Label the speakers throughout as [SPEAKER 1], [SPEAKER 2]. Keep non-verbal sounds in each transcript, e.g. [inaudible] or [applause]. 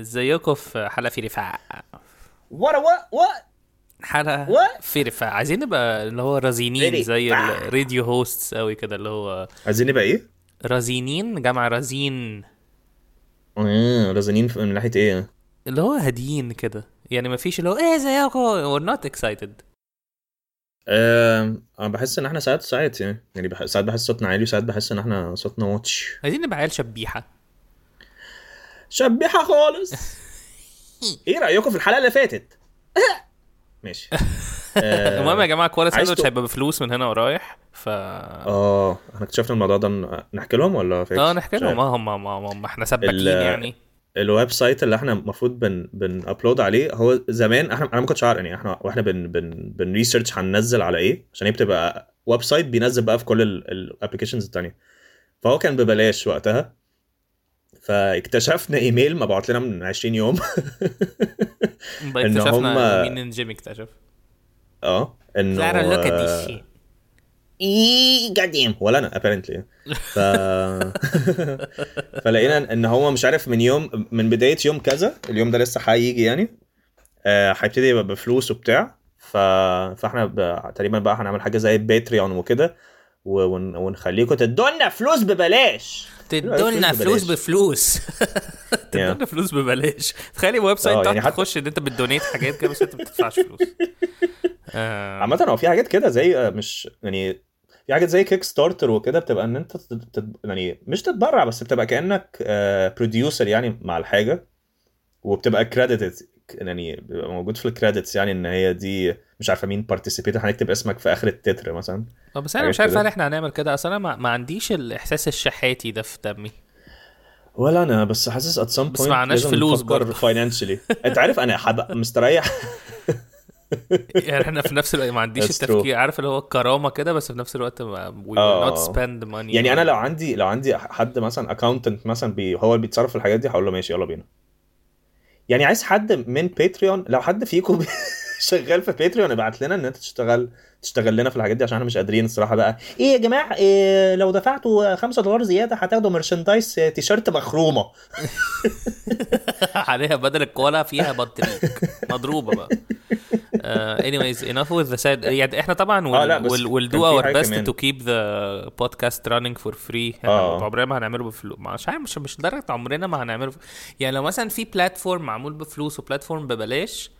[SPEAKER 1] ازيكم في حلقه في رفاع
[SPEAKER 2] ورا و و
[SPEAKER 1] حلقه
[SPEAKER 2] What?
[SPEAKER 1] في رفاع عايزين نبقى اللي هو رزينين
[SPEAKER 2] في
[SPEAKER 1] زي
[SPEAKER 2] رفاع.
[SPEAKER 1] الراديو هوستس قوي كده اللي هو
[SPEAKER 3] عايزين نبقى ايه؟
[SPEAKER 1] رزينين جمع رزين
[SPEAKER 3] اه رزانين من ناحيه ايه؟
[SPEAKER 1] اللي هو هاديين كده يعني ما فيش اللي هو ايه ازيكم وير نوت اكسايتد
[SPEAKER 3] آه انا بحس ان احنا ساعات ساعات يعني يعني بح... ساعات بحس صوتنا عالي وساعات بحس ان احنا صوتنا واتش
[SPEAKER 1] عايزين نبقى عيال شبيحه
[SPEAKER 3] شبيحه
[SPEAKER 1] [laughs]
[SPEAKER 3] خالص ايه رايكم في الحلقه اللي فاتت؟ [laughs] ماشي
[SPEAKER 1] [laughs]
[SPEAKER 3] آه،
[SPEAKER 1] المهم يا جماعه كوالا
[SPEAKER 3] عايز
[SPEAKER 1] ساندوتش
[SPEAKER 3] تو-
[SPEAKER 1] هيبقى بفلوس من هنا ورايح ف
[SPEAKER 3] اه احنا اكتشفنا الموضوع ده ن- نحكي لهم ولا فاكس؟
[SPEAKER 1] اه نحكي لهم
[SPEAKER 3] مش عارف.
[SPEAKER 1] ما هم ما- ما ما احنا سباكين
[SPEAKER 3] ال-
[SPEAKER 1] يعني
[SPEAKER 3] الويب سايت اللي احنا المفروض بن بن ابلود عليه هو زمان احنا انا ما كنتش عارف يعني احنا واحنا بن بن بن ريسيرش هننزل على ايه عشان هي بتبقى ويب سايت بينزل بقى في كل الابلكيشنز التانية فهو كان ببلاش وقتها فاكتشفنا ايميل مبعوت لنا من 20 يوم [laughs]
[SPEAKER 1] بقى
[SPEAKER 3] إن
[SPEAKER 1] اكتشفنا
[SPEAKER 3] هم-
[SPEAKER 1] مين ان جيمي اكتشف
[SPEAKER 3] اه انه
[SPEAKER 1] شيء
[SPEAKER 3] ايه جديم ولا انا apparently ف... فلقينا ان هو مش عارف من يوم من بدايه يوم كذا اليوم ده لسه هيجي يعني آه، هيبتدي يبقى بفلوس وبتاع ف... فاحنا ب... تقريبا بقى هنعمل حاجه زي باتريون وكده و... ون... ونخليكم تدولنا فلوس ببلاش
[SPEAKER 1] تدولنا فلوس
[SPEAKER 3] فلوس [laughs]
[SPEAKER 1] بفلوس تدولنا فلوس ببلاش تخيلي ويب
[SPEAKER 3] آه،
[SPEAKER 1] سايت
[SPEAKER 3] يعني
[SPEAKER 1] تحت
[SPEAKER 3] حتى-
[SPEAKER 1] تخش ان انت بتدونيت حاجات كده بس انت ما بتدفعش فلوس آه،
[SPEAKER 3] عامة هو في حاجات كده زي آه، مش يعني في حاجات زي كيك ستارتر وكده بتبقى ان انت تت- تت- يعني مش تتبرع بس بتبقى كانك بروديوسر يعني مع الحاجه وبتبقى كريديتد يعني بيبقى موجود في الكريديتس يعني ان هي دي مش عارفه مين بارتيسيبيت هنكتب اسمك في اخر التتر مثلا
[SPEAKER 1] [laughs] آه، بس انا
[SPEAKER 3] حاجات
[SPEAKER 1] مش عارف
[SPEAKER 3] كده.
[SPEAKER 1] هل احنا هنعمل كده اصل انا ما ما عنديش الاحساس الشحاتي ده في دمي
[SPEAKER 3] ولا انا بس حاسس ات سام
[SPEAKER 1] بس معناش فلوس برضه.
[SPEAKER 3] [laughs] فاينانشلي انت عارف انا حب... مستريح
[SPEAKER 1] يعني احنا في نفس الوقت ما عنديش
[SPEAKER 3] That's true.
[SPEAKER 1] التفكير عارف اللي هو الكرامه كده بس في نفس الوقت ما we will not
[SPEAKER 3] آه.
[SPEAKER 1] spend money
[SPEAKER 3] يعني انا
[SPEAKER 1] on-
[SPEAKER 3] لو عندي لو عندي حد مثلا اكاونتنت مثلا بي هو اللي بيتصرف في الحاجات دي هقول له ماشي يلا بينا يعني عايز حد من باتريون لو حد فيكم [laughs] شغال في باتريون ابعت لنا ان انت تشتغل تشتغل لنا في الحاجات دي عشان احنا مش قادرين الصراحه بقى ايه يا جماعه إيه لو دفعتوا 5 دولار زياده هتاخدوا مرشندايز تيشيرت مخرومه
[SPEAKER 1] [laughs] عليها بدل الكولا فيها بطريق مضروبه بقى Uh, anyways enough with the sad يعني احنا طبعا
[SPEAKER 3] آه، لا،
[SPEAKER 1] we'll,
[SPEAKER 3] بس
[SPEAKER 1] we'll, we'll do
[SPEAKER 3] كان في
[SPEAKER 1] our
[SPEAKER 3] حاجة
[SPEAKER 1] best
[SPEAKER 3] كمان.
[SPEAKER 1] to keep the podcast running for free احنا
[SPEAKER 3] آه.
[SPEAKER 1] عمرنا ما هنعمله بفلوس مش عارف مش مش لدرجه عمرنا ما هنعمله ف... يعني لو مثلا في بلاتفورم معمول بفلوس وبلاتفورم ببلاش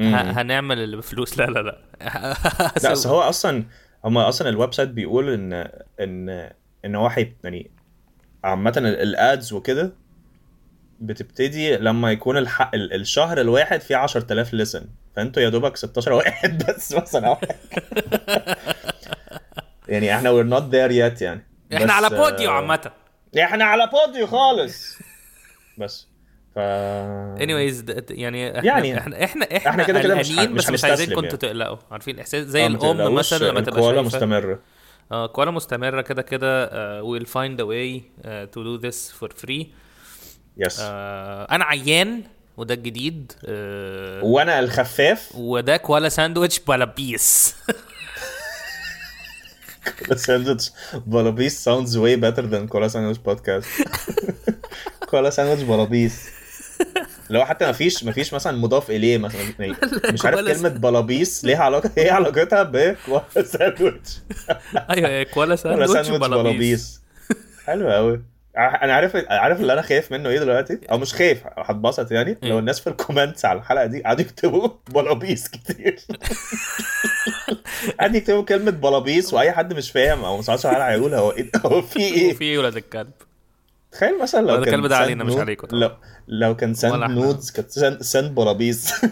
[SPEAKER 1] ه... هنعمل اللي بفلوس لا لا لا
[SPEAKER 3] [laughs] لا بس هو اصلا هما اصلا الويب سايت بيقول ان ان ان هو هيب- يعني عامه الادز وكده بتبتدي لما يكون الحق ال- الشهر الواحد فيه 10000 لسن فانتوا يا دوبك 16 واحد [laughs] بس مثلا أو حاجة. يعني احنا we're not there yet يعني بس،
[SPEAKER 1] احنا على بوديو
[SPEAKER 3] آه،
[SPEAKER 1] عامه
[SPEAKER 3] احنا على بوديو خالص بس ف
[SPEAKER 1] anyways د- د- يعني احنا
[SPEAKER 3] يعني
[SPEAKER 1] احنا احنا احنا,
[SPEAKER 3] إحنا كده كده مش ه-
[SPEAKER 1] قلقانين
[SPEAKER 3] مش
[SPEAKER 1] بس مش عايزين
[SPEAKER 3] هنستسلم
[SPEAKER 1] كنتوا تقلقوا عارفين الاحساس زي
[SPEAKER 3] آه، ما
[SPEAKER 1] الام
[SPEAKER 3] تقلقوش،
[SPEAKER 1] مثلا لما تبقى
[SPEAKER 3] الكوالا
[SPEAKER 1] شايفه
[SPEAKER 3] مستمره
[SPEAKER 1] اه كوالا مستمره كده كده uh, we'll find a way uh, to do this for free
[SPEAKER 3] يس
[SPEAKER 1] uh, انا عيان وده الجديد uh,
[SPEAKER 3] وانا الخفاف
[SPEAKER 1] وده كوالا ساندويتش بلابيس
[SPEAKER 3] [laughs] ساندويتش بلابيس sounds way better than كولا ساندويتش [laughs] بودكاست كولا ساندويتش بلابيس لو حتى ما فيش ما فيش مثلا مضاف اليه مثلا يعني مش عارف
[SPEAKER 1] كولا
[SPEAKER 3] كلمه بلابيس ليها علاقه ايه علاقتها بكولا ساندويتش
[SPEAKER 1] ايوه [laughs] أيوة، كوالا
[SPEAKER 3] كولا
[SPEAKER 1] ساندويتش
[SPEAKER 3] ساندويتش
[SPEAKER 1] بلابيس
[SPEAKER 3] بلابيس حلو قوي انا عارف عارف اللي انا خايف منه ايه دلوقتي او مش خايف هتبسط يعني
[SPEAKER 1] إيه.
[SPEAKER 3] لو الناس في الكومنتس على الحلقه دي قعدوا يكتبوا [laughs] بلابيس كتير قعدوا يكتبوا كلمه بلابيس واي حد مش فاهم او مش عارف الحلقه هيقول هو ايه هو في ايه
[SPEAKER 1] وفي ولاد الكلب [laughs]
[SPEAKER 3] تخيل مثلا لو
[SPEAKER 1] ولا
[SPEAKER 3] كان
[SPEAKER 1] الكلب ده
[SPEAKER 3] send
[SPEAKER 1] علينا، مش
[SPEAKER 3] nude-
[SPEAKER 1] عليكوا طبعا.
[SPEAKER 3] لو لو كان
[SPEAKER 1] ولا
[SPEAKER 3] سند
[SPEAKER 1] احنا.
[SPEAKER 3] نودز كانت سند سند بلابيس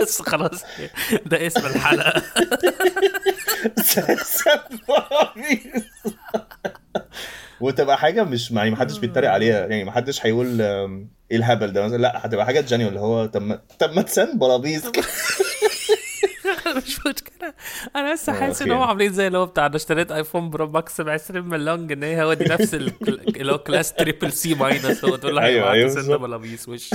[SPEAKER 1] بس خلاص ده اسم الحلقه
[SPEAKER 3] سند بلابيس [laughs] وتبقى حاجه مش يعني ما حدش بيتريق عليها يعني ما حدش هيقول أم، ايه الهبل ده مثلا لا هتبقى حاجه جانيو اللي هو طب ما طب ما تسند بلابيس
[SPEAKER 1] [laughs] مش مشكله انا بس حاسس ان
[SPEAKER 3] أخيراً.
[SPEAKER 1] هم عاملين زي اللي هو بتاع انا اشتريت ايفون برو ماكس ب 20 مليون جنيه هو دي نفس ال- [laughs] اللي هو كلاس تريبل سي ماينس هو تقول له
[SPEAKER 3] أيوة،
[SPEAKER 1] ايوه
[SPEAKER 3] أيوة،
[SPEAKER 1] ايوه سنه
[SPEAKER 3] بالظبط.
[SPEAKER 1] بلابيس
[SPEAKER 3] [laughs]
[SPEAKER 1] وش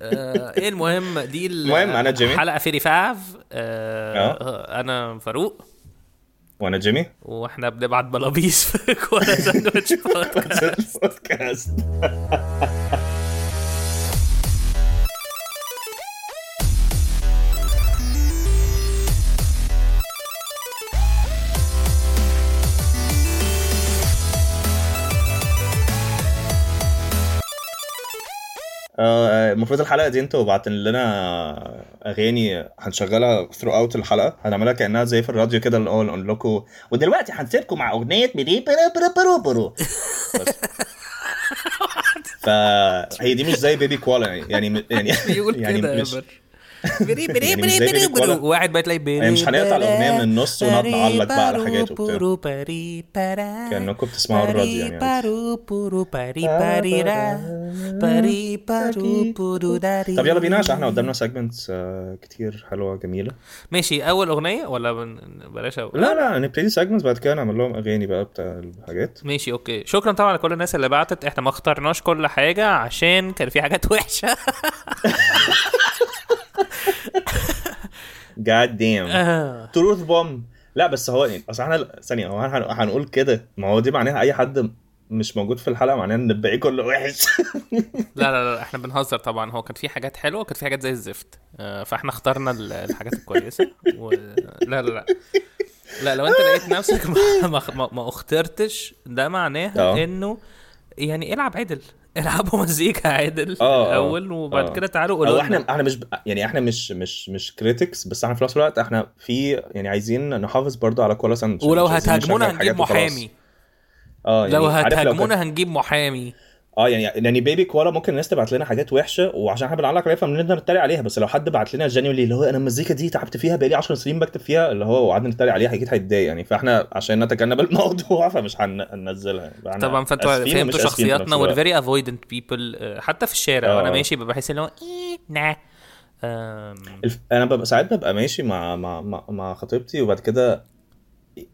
[SPEAKER 1] آه، ايه المهم دي ال-
[SPEAKER 3] المهم، أنا جيمي.
[SPEAKER 1] حلقه في رفاف آه، انا آه، فاروق
[SPEAKER 3] وانا جيمي
[SPEAKER 1] واحنا بنبعت بلابيس في [laughs] كوره
[SPEAKER 3] [laughs]
[SPEAKER 1] ساندويتش بودكاست
[SPEAKER 3] بودكاست آه، المفروض الحلقه دي انتوا بعتن لنا اغاني هنشغلها ثرو اوت الحلقه هنعملها كانها زي في الراديو كده اللي هو نقول لكم ودلوقتي هنسيبكم مع اغنيه بدي برو برو برو برو بس. فهي دي مش زي بيبي كوالا
[SPEAKER 1] [laughs]
[SPEAKER 3] يعني يعني
[SPEAKER 1] بيقول
[SPEAKER 3] [laughs] يعني
[SPEAKER 1] كده يا
[SPEAKER 3] مش
[SPEAKER 1] بر بري بري
[SPEAKER 3] يعني مش
[SPEAKER 1] بري
[SPEAKER 3] زي
[SPEAKER 1] بري
[SPEAKER 3] بيبي كولا.
[SPEAKER 1] بري واحد بقى تلاقي بري
[SPEAKER 3] يعني مش
[SPEAKER 1] بري
[SPEAKER 3] هنقطع الأغنية من النص ونقعد
[SPEAKER 1] بري
[SPEAKER 3] نعلق بقى على
[SPEAKER 1] برو
[SPEAKER 3] حاجات وبتاع.
[SPEAKER 1] برو بري برا.
[SPEAKER 3] كأنكم بتسمعوا
[SPEAKER 1] بري
[SPEAKER 3] الراديو يعني عادي.
[SPEAKER 1] برو برو بري بري را. بري برو برو داري.
[SPEAKER 3] طب يلا بينا عشان احنا قدامنا سيجمنتس كتير حلوه جميله
[SPEAKER 1] ماشي اول اغنيه ولا بن- بلاش اول
[SPEAKER 3] لا لا نبتدي سيجمنتس بعد كده نعمل لهم اغاني بقى بتاع الحاجات
[SPEAKER 1] ماشي اوكي شكرا طبعا لكل الناس اللي بعتت احنا ما اخترناش كل حاجه عشان كان في حاجات وحشه
[SPEAKER 3] جاد دام
[SPEAKER 1] [laughs] آه.
[SPEAKER 3] تروث بوم لا بس هو يعني اصل احنا ثانيه هو هن- هنقول كده ما هو دي معناها اي حد مش موجود في الحلقه معناها ان الباقي كله وحش
[SPEAKER 1] لا لا لا احنا بنهزر طبعا هو كان في حاجات حلوه وكان في حاجات زي الزفت آه، فاحنا اخترنا ال- الحاجات الكويسه و... لا لا لا لا لو انت لقيت نفسك ما, ما, ما- ما اخترتش ده
[SPEAKER 3] آه.
[SPEAKER 1] معناها انه يعني العب عدل العبوا مزيكا عدل في
[SPEAKER 3] آه، آه.
[SPEAKER 1] الاول وبعد
[SPEAKER 3] آه.
[SPEAKER 1] كده تعالوا
[SPEAKER 3] هو
[SPEAKER 1] [laughs] قولوا
[SPEAKER 3] احنا
[SPEAKER 1] لنا
[SPEAKER 3] احنا مش يعني احنا مش مش مش كريتكس بس احنا في نفس الوقت احنا في يعني عايزين نحافظ برضو على كولا ساندويتش
[SPEAKER 1] ولو
[SPEAKER 3] مش عايزين
[SPEAKER 1] هتهاجمونا
[SPEAKER 3] نشغل حاجات
[SPEAKER 1] هنجيب
[SPEAKER 3] وخلاص.
[SPEAKER 1] محامي
[SPEAKER 3] اه يعني
[SPEAKER 1] لو
[SPEAKER 3] عارف كان-
[SPEAKER 1] هتهاجمونا هنجيب محامي
[SPEAKER 3] اه يعني يعني بيبي كوالا ممكن الناس تبعت لنا حاجات وحشه وعشان احنا بنعلق عليها فبنقدر نتريق عليها بس لو حد بعت لنا جينيولي اللي هو انا المزيكا دي تعبت فيها بقالي 10 سنين بكتب فيها اللي هو وقعدنا نتريق عليها اكيد هيتضايق يعني فاحنا عشان نتجنب [laughs] الموضوع فمش هن- هننزلها يعني فاحنا
[SPEAKER 1] طبعا فانتوا
[SPEAKER 3] آسفين ومش
[SPEAKER 1] فهمتوا
[SPEAKER 3] آسفين في نفس
[SPEAKER 1] شخصياتنا
[SPEAKER 3] الوقت.
[SPEAKER 1] والفيري افويدنت بيبل حتى في الشارع
[SPEAKER 3] آه.
[SPEAKER 1] وانا ماشي ببقى بحس اللي هو ايه نا آم،
[SPEAKER 3] الف... انا ببقى ساعات ببقى ماشي مع مع مع, مع خطيبتي وبعد كده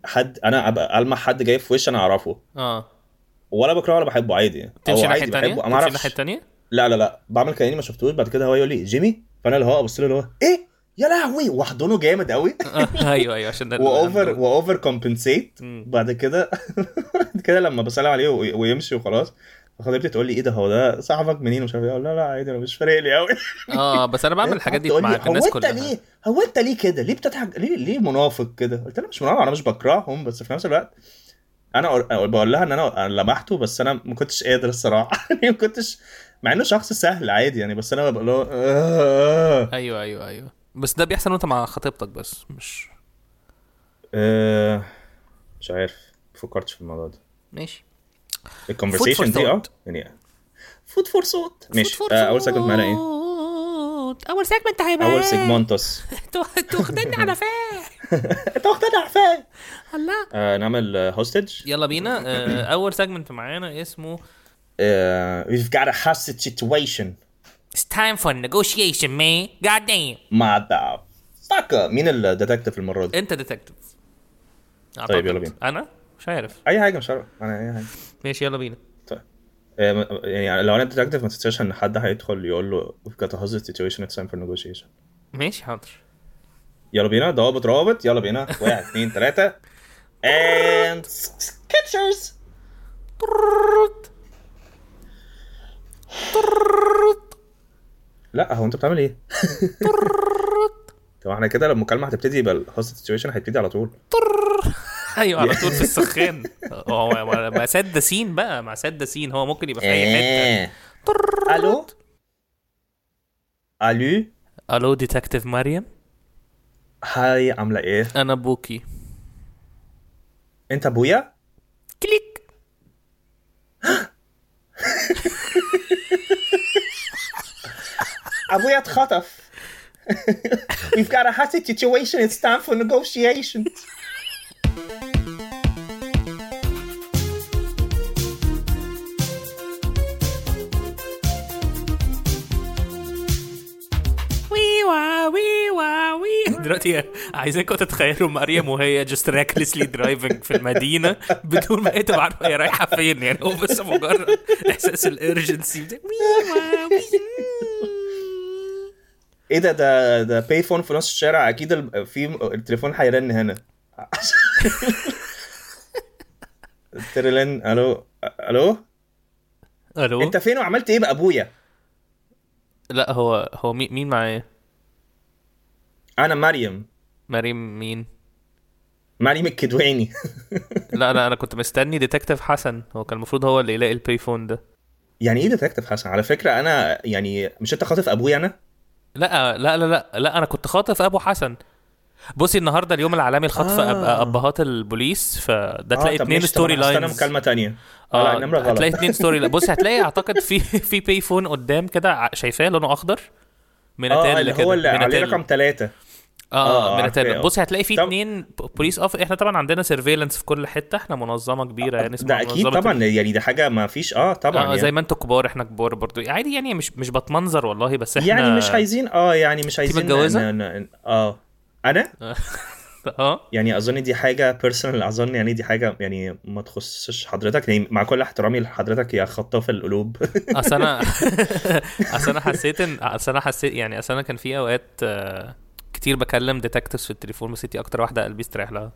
[SPEAKER 3] حد انا ابقى المح حد جاي في وش انا اعرفه
[SPEAKER 1] اه
[SPEAKER 3] ولا بكرهه ولا بحبه عادي يعني.
[SPEAKER 1] تمشي
[SPEAKER 3] او
[SPEAKER 1] ناحيه
[SPEAKER 3] عادي
[SPEAKER 1] ثانيه
[SPEAKER 3] بحبه ما
[SPEAKER 1] تمشي ناحيه
[SPEAKER 3] اعرفش
[SPEAKER 1] ثانيه [laughs]
[SPEAKER 3] لا لا لا بعمل كاني ما شفتوش بعد كده هو يقول لي جيمي فانا اللي هو ابص له اللي هو ايه يا لهوي واحضنه جامد قوي
[SPEAKER 1] ايوه ايوه عشان ده
[SPEAKER 3] واوفر واوفر كومبنسيت
[SPEAKER 1] مم.
[SPEAKER 3] بعد كده [laughs] بعد كده لما بسلم عليه وي- ويمشي وخلاص خطيبتي تقول لي ايه ده هو ده صاحبك منين ومش عارف ايه اقول لها لا عادي انا مش فارق لي قوي
[SPEAKER 1] اه بس انا بعمل [laughs] الحاجات دي
[SPEAKER 3] تقول لي،
[SPEAKER 1] مع الناس
[SPEAKER 3] هو انت
[SPEAKER 1] كلها
[SPEAKER 3] ليه هو انت ليه كده ليه بتضحك ليه ليه منافق كده قلت لها مش منافق انا مش بكرههم بس في نفس الوقت انا أقول- بقول لها ان انا أنا لمحته بس انا ما كنتش قادر الصراحه [laughs] يعني ما كنتش مع انه شخص سهل عادي يعني بس انا بقول له آه،
[SPEAKER 1] ايوه ايوه ايوه بس ده بيحصل وانت مع خطيبتك بس مش
[SPEAKER 3] آه، مش عارف ما فكرتش في الموضوع ده
[SPEAKER 1] ماشي
[SPEAKER 3] الكونفرسيشن دي اه
[SPEAKER 1] thought.
[SPEAKER 3] يعني فود فور صوت ماشي
[SPEAKER 1] فوت فوت
[SPEAKER 3] آه، اول سيجمنت معانا
[SPEAKER 1] إيه؟
[SPEAKER 3] ايه؟
[SPEAKER 1] فوت. اول سيجمنت هيبقى
[SPEAKER 3] اول
[SPEAKER 1] إيه؟ [laughs]
[SPEAKER 3] [laughs] سيجمنتوس
[SPEAKER 1] تو- تاخدني على فين
[SPEAKER 3] انت واخدنا عارفاه
[SPEAKER 1] الله
[SPEAKER 3] آه، نعمل هوستج
[SPEAKER 1] يلا بينا آه، اول سيجمنت معانا اسمه
[SPEAKER 3] آه، we've got a hostage situation
[SPEAKER 1] It's time for negotiation man god damn
[SPEAKER 3] مع the fucker مين الديتكتيف المره دي؟
[SPEAKER 1] انت ديتكتيف
[SPEAKER 3] طيب، يلا بينا.
[SPEAKER 1] انا مش عارف
[SPEAKER 3] اي حاجه مش عارف انا اي حاجه
[SPEAKER 1] ماشي يلا بينا
[SPEAKER 3] طيب آه، م- يعني لو انا ديتكتيف ما تنساش ان حد هيدخل يقول له we've got a hostage situation it's time for negotiation
[SPEAKER 1] ماشي حاضر
[SPEAKER 3] يلا بينا ضوابط روابط يلا بينا واحد اتنين تلاته and sketchers
[SPEAKER 1] طررررت. طررررت.
[SPEAKER 3] لا هو انت بتعمل ايه؟ طب احنا كده لما المكالمه هتبتدي يبقى الهوست سيتويشن هيبتدي على طول
[SPEAKER 1] طرررر. ايوه على طول في السخان هو هو مع سد ده سين بقى مع سد ده سين هو ممكن يبقى في اي
[SPEAKER 3] إيه.
[SPEAKER 1] حته طررررت.
[SPEAKER 3] الو الو
[SPEAKER 1] الو ديتكتيف مريم
[SPEAKER 3] هاي عامله ايه؟
[SPEAKER 1] انا بوكي
[SPEAKER 3] انت ابويا؟
[SPEAKER 1] كليك
[SPEAKER 3] ابويا اتخطف We've got a hostage situation. It's time for negotiation.
[SPEAKER 1] ويوا ويوا وي [laughs] دلوقتي عايزينكم تتخيلوا مريم وهي جست راكلسلي درايفنج في المدينه بدون ما هي تبقى عارفه هي رايحه فين يعني هو بس مجرد احساس الارجنسي ويوا وي
[SPEAKER 3] ايه ده ده ده باي فون في نص الشارع اكيد ال- في التليفون هيرن هنا تريلين الو الو
[SPEAKER 1] الو
[SPEAKER 3] انت فين وعملت ايه بابويا
[SPEAKER 1] لا هو هو مي- مين معايا
[SPEAKER 3] انا مريم
[SPEAKER 1] مريم مين
[SPEAKER 3] مريم الكدواني
[SPEAKER 1] لا لا انا كنت مستني ديتكتيف حسن هو كان المفروض هو اللي يلاقي الباي فون ده
[SPEAKER 3] يعني ايه ديتكتيف حسن على فكره انا يعني مش انت خاطف ابويا انا
[SPEAKER 1] لا لا لا لا لا انا كنت خاطف ابو حسن بصي النهارده اليوم العالمي لخطف
[SPEAKER 3] آه.
[SPEAKER 1] آه. ابهات البوليس فده تلاقي
[SPEAKER 3] آه، طب
[SPEAKER 1] اتنين
[SPEAKER 3] ماشي، طب
[SPEAKER 1] ستوري
[SPEAKER 3] أنا هستنى
[SPEAKER 1] لاينز
[SPEAKER 3] مكالمه تانية آه لا،
[SPEAKER 1] اه
[SPEAKER 3] النمرة غلط
[SPEAKER 1] هتلاقي اتنين ستوري لا بص هتلاقي اعتقد في في باي فون قدام كده ع- شايفاه لونه اخضر
[SPEAKER 3] اه
[SPEAKER 1] ميناتيل
[SPEAKER 3] اللي
[SPEAKER 1] كده
[SPEAKER 3] هو اللي عليه
[SPEAKER 1] ميناتيل.
[SPEAKER 3] رقم ثلاثة آه،
[SPEAKER 1] اه
[SPEAKER 3] عارفاه،
[SPEAKER 1] ميناتيل
[SPEAKER 3] آه.
[SPEAKER 1] بص هتلاقي في
[SPEAKER 3] طب-
[SPEAKER 1] اتنين بوليس اوف احنا طبعا عندنا سيرفيلانس في كل حته احنا منظمه كبيره يعني اسمها
[SPEAKER 3] آه، ده اكيد
[SPEAKER 1] منظمة
[SPEAKER 3] طبعا يعني ده حاجه ما فيش اه طبعا
[SPEAKER 1] اه
[SPEAKER 3] يعني.
[SPEAKER 1] زي ما انتوا كبار احنا كبار برضو عادي يعني مش مش بتمنظر والله بس احنا
[SPEAKER 3] يعني مش عايزين اه يعني مش عايزين
[SPEAKER 1] متجوزة؟
[SPEAKER 3] ن- ن- ن- اه انا
[SPEAKER 1] [laughs] اه
[SPEAKER 3] يعني اظن دي حاجه بيرسونال اظن يعني دي حاجه يعني ما تخصش حضرتك يعني مع كل احترامي لحضرتك يا خطاف القلوب [laughs]
[SPEAKER 1] اصل انا [laughs] اصل انا حسيت ان اصل انا حسيت يعني اصل انا كان في اوقات آه، كتير بكلم ديتكتيفز في التليفون بس دي اكتر واحده قلبي استريح لها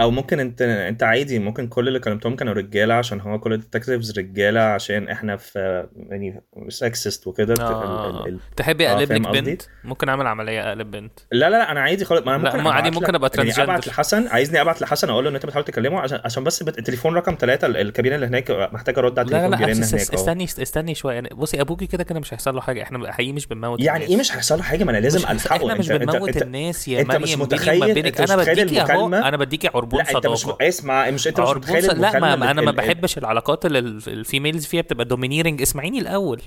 [SPEAKER 3] او ممكن انت انت عادي ممكن كل اللي كلمتهم كانوا رجاله عشان هو كل الديتكتيفز رجاله عشان احنا في يعني سكسست وكده ال- ال-
[SPEAKER 1] آه.
[SPEAKER 3] ال-
[SPEAKER 1] تحبي
[SPEAKER 3] آه،
[SPEAKER 1] اقلب لك
[SPEAKER 3] فاهم قصدي؟
[SPEAKER 1] بنت ممكن اعمل عمليه اقلب بنت
[SPEAKER 3] لا لا لا انا عادي خالص ما انا
[SPEAKER 1] لا،
[SPEAKER 3] ممكن
[SPEAKER 1] ما عادي،
[SPEAKER 3] أبعت
[SPEAKER 1] ممكن
[SPEAKER 3] لك-
[SPEAKER 1] أبقى
[SPEAKER 3] يعني
[SPEAKER 1] transgender.
[SPEAKER 3] ابعت لحسن عايزني ابعت لحسن اقول له ان انت بتحاول تكلمه عشان عشان بس بت- التليفون رقم ثلاثه الكابينه اللي هناك محتاجه ارد على
[SPEAKER 1] لا لا
[SPEAKER 3] التليفون
[SPEAKER 1] لا
[SPEAKER 3] بيرن
[SPEAKER 1] است-
[SPEAKER 3] هناك اه.
[SPEAKER 1] است-
[SPEAKER 3] أهو.
[SPEAKER 1] استني استني شويه يعني بصي ابوكي كده كده مش هيحصل له حاجه احنا حقيقي مش بنموت
[SPEAKER 3] يعني
[SPEAKER 1] الناس.
[SPEAKER 3] ايه مش هيحصل له حاجه ما انا لازم
[SPEAKER 1] مش
[SPEAKER 3] الحقه
[SPEAKER 1] احنا مش
[SPEAKER 3] أنت- أنت-
[SPEAKER 1] بنموت
[SPEAKER 3] أنت-
[SPEAKER 1] الناس يا
[SPEAKER 3] أنت مش
[SPEAKER 1] مريم بيني وما
[SPEAKER 3] متخيل-
[SPEAKER 1] بينك
[SPEAKER 3] أنت
[SPEAKER 1] انا
[SPEAKER 3] مش متخيل
[SPEAKER 1] بديكي اهو
[SPEAKER 3] المكالمة؟
[SPEAKER 1] انا بديكي عربون
[SPEAKER 3] لا انت مش
[SPEAKER 1] صداقه
[SPEAKER 3] اسمع مش انت مش
[SPEAKER 1] عربون
[SPEAKER 3] متخيل
[SPEAKER 1] صداقه آه، لا ما
[SPEAKER 3] المكالمة
[SPEAKER 1] ما انا
[SPEAKER 3] ال-
[SPEAKER 1] ما
[SPEAKER 3] ال- ال-
[SPEAKER 1] بحبش العلاقات اللي ال- الفيميلز فيها بتبقى دومينيرنج اسمعيني الاول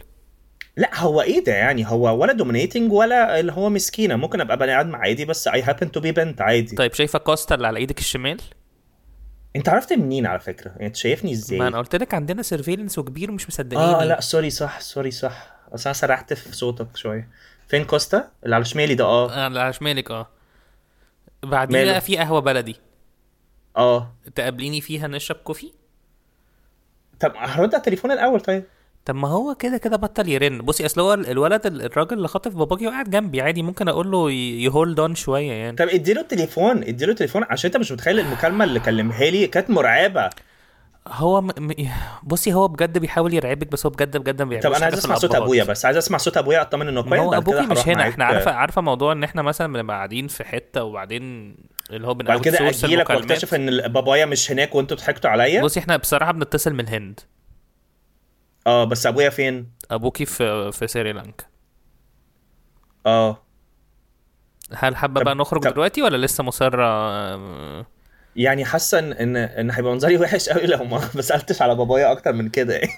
[SPEAKER 3] لا هو ايه ده يعني هو ولا دومينيتنج ولا اللي هو مسكينه ممكن ابقى بني ادم عادي بس اي هابن تو بي بنت عادي طيب.
[SPEAKER 1] طيب شايفه كوستا اللي على ايدك الشمال
[SPEAKER 3] انت عرفت منين على فكره يعني انت شايفني ازاي
[SPEAKER 1] ما انا قلت لك عندنا سيرفيلنس وكبير ومش مصدقيني
[SPEAKER 3] اه لا سوري صح سوري صح اصل انا سرحت في صوتك شويه فين كوستا اللي على شمالي ده اه
[SPEAKER 1] آه، اللي على شمالك اه بعدين
[SPEAKER 3] ماله؟
[SPEAKER 1] بقى في قهوه بلدي
[SPEAKER 3] اه
[SPEAKER 1] تقابليني فيها نشرب كوفي
[SPEAKER 3] طب هرد على التليفون الاول طيب
[SPEAKER 1] طب ما هو كده كده بطل يرن بصي اصل هو الولد الراجل اللي خاطف باباكي وقاعد جنبي عادي ممكن اقول له يهولد اون شويه يعني
[SPEAKER 3] طب اديله التليفون اديله التليفون عشان انت مش متخيل المكالمه اللي كلمها لي كانت مرعبه
[SPEAKER 1] يعني هو م... م... بصي هو بجد بيحاول يرعبك بس هو بجد بجد ما بيعملش
[SPEAKER 3] طب
[SPEAKER 1] حاجة
[SPEAKER 3] انا عايز
[SPEAKER 1] في
[SPEAKER 3] اسمع صوت
[SPEAKER 1] الأبهات.
[SPEAKER 3] ابويا بس عايز اسمع صوت ابويا اطمن انه
[SPEAKER 1] ما
[SPEAKER 3] كويس
[SPEAKER 1] هو
[SPEAKER 3] بعد كده
[SPEAKER 1] ابوكي مش
[SPEAKER 3] هروح
[SPEAKER 1] هنا
[SPEAKER 3] معاك.
[SPEAKER 1] احنا عارفه عارفه موضوع ان احنا مثلا بنبقى قاعدين في حته وبعدين اللي هو
[SPEAKER 3] بعد
[SPEAKER 1] بنقعد
[SPEAKER 3] كده اجي لك واكتشف ان ال- بابايا مش هناك وانتوا ضحكتوا عليا
[SPEAKER 1] بصي احنا بصراحه بنتصل من الهند
[SPEAKER 3] اه بس ابويا فين
[SPEAKER 1] ابوكي في في سريلانكا
[SPEAKER 3] اه
[SPEAKER 1] هل حابه
[SPEAKER 3] طب-
[SPEAKER 1] بقى نخرج
[SPEAKER 3] طب-
[SPEAKER 1] دلوقتي ولا لسه مصره آه،
[SPEAKER 3] يعني حاسه ان ان ان هيبقى منظري وحش قوي لو ما [laughs] ما سالتش على بابايا اكتر من كده [laughs]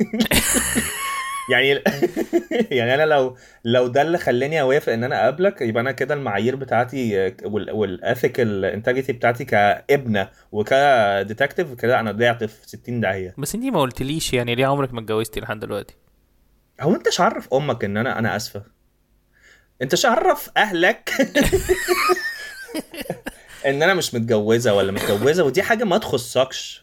[SPEAKER 3] يعني [laughs] يعني انا لو لو ده اللي خلاني اوافق ان انا اقابلك يبقى انا كده المعايير بتاعتي وال والاثيكال انتاجيتي بتاعتي كابنه وكديتكتيف كده انا ضيعت في 60 داهيه
[SPEAKER 1] بس انتي ما قلتليش يعني ليه عمرك ما اتجوزتي لحد دلوقتي
[SPEAKER 3] هو انت مش عرف امك ان انا انا اسفه انت مش عرف [laughs] اهلك ان انا مش متجوزه ولا متجوزه ودي حاجه ما تخصكش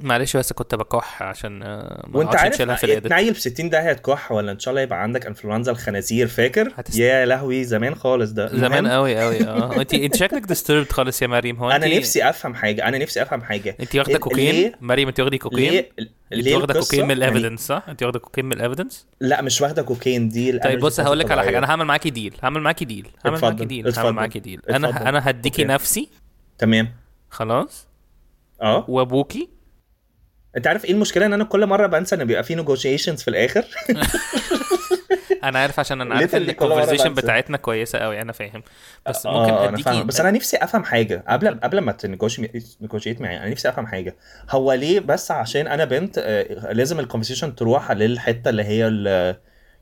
[SPEAKER 1] معلش بس كنت بكح عشان آه، ما
[SPEAKER 3] وانت
[SPEAKER 1] نقعدش
[SPEAKER 3] عارف
[SPEAKER 1] نشيلها في الإيديت.
[SPEAKER 3] اتنيل ب 60 ده هتكح ولا ان شاء الله يبقى عندك انفلونزا الخنازير فاكر
[SPEAKER 1] هتست-
[SPEAKER 3] يا لهوي زمان خالص ده
[SPEAKER 1] زمان
[SPEAKER 3] المهم،
[SPEAKER 1] قوي قوي اه
[SPEAKER 3] [laughs]
[SPEAKER 1] انت انت شكلك ديستربد خالص يا مريم هو انت
[SPEAKER 3] انا نفسي افهم حاجه انا نفسي افهم حاجه
[SPEAKER 1] انت واخده كوكين
[SPEAKER 3] ليه
[SPEAKER 1] مريم انت واخده كوكين
[SPEAKER 3] ليه
[SPEAKER 1] انت
[SPEAKER 3] ليه
[SPEAKER 1] واخده
[SPEAKER 3] القصة؟
[SPEAKER 1] كوكين من
[SPEAKER 3] يعني-
[SPEAKER 1] الايفيدنس صح؟ انت واخده كوكين من الايفيدنس؟
[SPEAKER 3] لا مش واخده كوكين دي
[SPEAKER 1] طيب
[SPEAKER 3] الأنرجي
[SPEAKER 1] بص هقول لك على حاجه
[SPEAKER 3] الطبيعية.
[SPEAKER 1] انا هعمل معاكي ديل هعمل معاكي ديل هعمل
[SPEAKER 3] اتفضل،
[SPEAKER 1] معاكي ديل
[SPEAKER 3] اتفضل،
[SPEAKER 1] هعمل معاكي ديل انا
[SPEAKER 3] اتفضل.
[SPEAKER 1] انا هديكي
[SPEAKER 3] اوكي.
[SPEAKER 1] نفسي
[SPEAKER 3] تمام
[SPEAKER 1] خلاص
[SPEAKER 3] اه
[SPEAKER 1] وابوكي
[SPEAKER 3] انت عارف ايه المشكله ان انا كل مره بنسى ان بيبقى في نيجوشيشنز في الاخر
[SPEAKER 1] انا عارف عشان
[SPEAKER 3] [laughs]
[SPEAKER 1] انا عارف ان
[SPEAKER 3] Literally كل مرة
[SPEAKER 1] الكونفرزيشن
[SPEAKER 3] بنسى.
[SPEAKER 1] بتاعتنا كويسه قوي انا فاهم بس
[SPEAKER 3] آه،
[SPEAKER 1] ممكن
[SPEAKER 3] انا
[SPEAKER 1] اديكي
[SPEAKER 3] فاهم بس انا نفسي افهم حاجه قبل قبل ما تنيجوشيت معايا انا نفسي افهم حاجه هو ليه بس عشان انا بنت آه، لازم الكونفرسيشن تروح للحته اللي هي ال-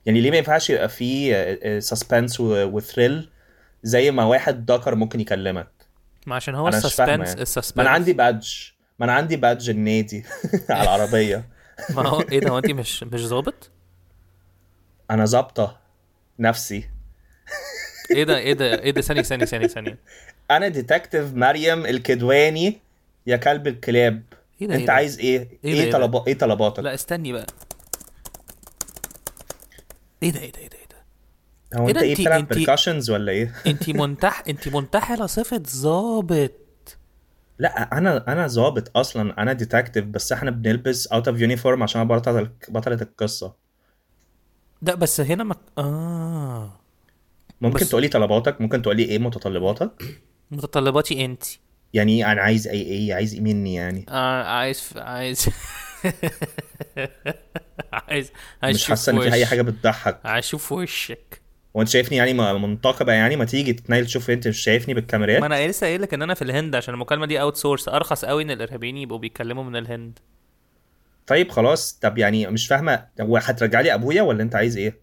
[SPEAKER 3] يعني ليه ما ينفعش يبقى آه، فيه سسبنس وثريل زي ما واحد ذكر ممكن يكلمك
[SPEAKER 1] ما عشان هو
[SPEAKER 3] أنا مش فاهمة
[SPEAKER 1] السسبنس
[SPEAKER 3] يعني.
[SPEAKER 1] السسبنس
[SPEAKER 3] ما انا عندي بادج ما انا عندي بادج النادي [laughs] على العربيه
[SPEAKER 1] ما هو ايه ده هو انت مش مش ظابط؟
[SPEAKER 3] انا ظابطه نفسي
[SPEAKER 1] ايه ده ايه ده ايه ده ثانيه ثانيه ثانيه ثانيه
[SPEAKER 3] انا ديتكتيف مريم الكدواني يا كلب الكلاب
[SPEAKER 1] ايه ده إيه
[SPEAKER 3] انت
[SPEAKER 1] ده؟
[SPEAKER 3] عايز ايه
[SPEAKER 1] إيه ده؟
[SPEAKER 3] ايه طلبات ايه طلباتك
[SPEAKER 1] لا استني بقى ايه ده ايه ده ايه ده إيه ده
[SPEAKER 3] هو
[SPEAKER 1] إيه
[SPEAKER 3] انت
[SPEAKER 1] ده
[SPEAKER 3] ايه
[SPEAKER 1] انتي-
[SPEAKER 3] بتلعب إيه؟
[SPEAKER 1] انتي-
[SPEAKER 3] بيركاشنز ولا ايه؟
[SPEAKER 1] انت منتح انت منتحله صفه ظابط
[SPEAKER 3] لا انا انا ظابط اصلا انا ديتكتيف بس احنا بنلبس اوت اوف يونيفورم عشان بطلة بطلة القصه
[SPEAKER 1] ده بس هنا ما اه
[SPEAKER 3] ممكن
[SPEAKER 1] بس-
[SPEAKER 3] تقولي طلباتك ممكن تقولي ايه متطلباتك
[SPEAKER 1] متطلباتي انت
[SPEAKER 3] يعني ايه انا عايز اي ايه عايز ايه مني يعني
[SPEAKER 1] آه عايز عايز [laughs] عايز عايز
[SPEAKER 3] مش حاسه ان في اي حاجه بتضحك
[SPEAKER 1] عايز اشوف وشك
[SPEAKER 3] وانت شايفني يعني م- منتقبه يعني ما تيجي تتنايل تشوف انت مش شايفني بالكاميرات
[SPEAKER 1] ما انا لسه قايل لك ان انا في الهند عشان المكالمه دي اوت سورس ارخص قوي ان الارهابيين يبقوا بيتكلموا من الهند
[SPEAKER 3] طيب خلاص طب يعني مش فاهمه هو هترجع لي ابويا ولا انت عايز ايه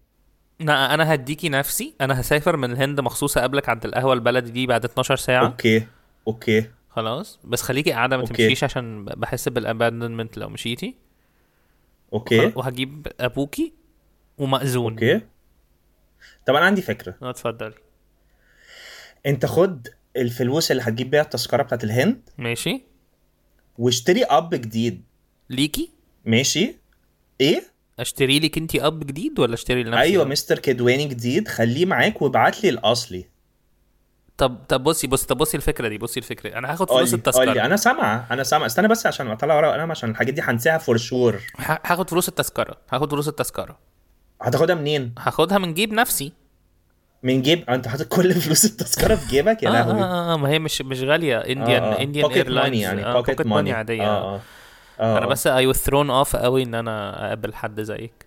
[SPEAKER 1] لا انا هديكي نفسي انا هسافر من الهند مخصوص اقابلك عند القهوه البلدي دي بعد 12 ساعه
[SPEAKER 3] اوكي اوكي
[SPEAKER 1] خلاص بس خليكي قاعده ما
[SPEAKER 3] أوكي.
[SPEAKER 1] تمشيش عشان بحس بالاباندمنت لو مشيتي
[SPEAKER 3] اوكي
[SPEAKER 1] وهجيب ابوكي ومأذون
[SPEAKER 3] اوكي طب انا عندي فكره
[SPEAKER 1] اه، اتفضلي
[SPEAKER 3] انت خد الفلوس اللي هتجيب بيها التذكره بتاعت الهند
[SPEAKER 1] ماشي
[SPEAKER 3] واشتري اب جديد
[SPEAKER 1] ليكي
[SPEAKER 3] ماشي ايه
[SPEAKER 1] اشتري لك انت اب جديد ولا اشتري لنفسي
[SPEAKER 3] ايوه
[SPEAKER 1] أب؟
[SPEAKER 3] مستر كدواني جديد خليه معاك وابعت لي الاصلي
[SPEAKER 1] طب طب بصي بصي طب بصي الفكره دي بصي الفكره انا هاخد فلوس
[SPEAKER 3] قولي قولي يعني.
[SPEAKER 1] التذكره
[SPEAKER 3] انا سامعه انا سامعه استنى بس عشان اطلع ورقه وقلم عشان الحاجات دي هنساها فور شور
[SPEAKER 1] ه- هاخد فلوس التذكره هاخد فلوس التذكره
[SPEAKER 3] هتاخدها منين
[SPEAKER 1] هاخدها من جيب نفسي
[SPEAKER 3] من جيب انت حاطط كل فلوس التذكره في جيبك يا
[SPEAKER 1] آه,
[SPEAKER 3] لهوي
[SPEAKER 1] آه, اه ما هي مش مش غاليه انديان
[SPEAKER 3] آه، آه.
[SPEAKER 1] انديان
[SPEAKER 3] Pocket
[SPEAKER 1] ايرلاينز
[SPEAKER 3] money يعني
[SPEAKER 1] بوكيت ماني عاديه
[SPEAKER 3] اه اه آه،
[SPEAKER 1] انا
[SPEAKER 3] آه.
[SPEAKER 1] بس اي was thrown اوف قوي ان انا اقابل حد زيك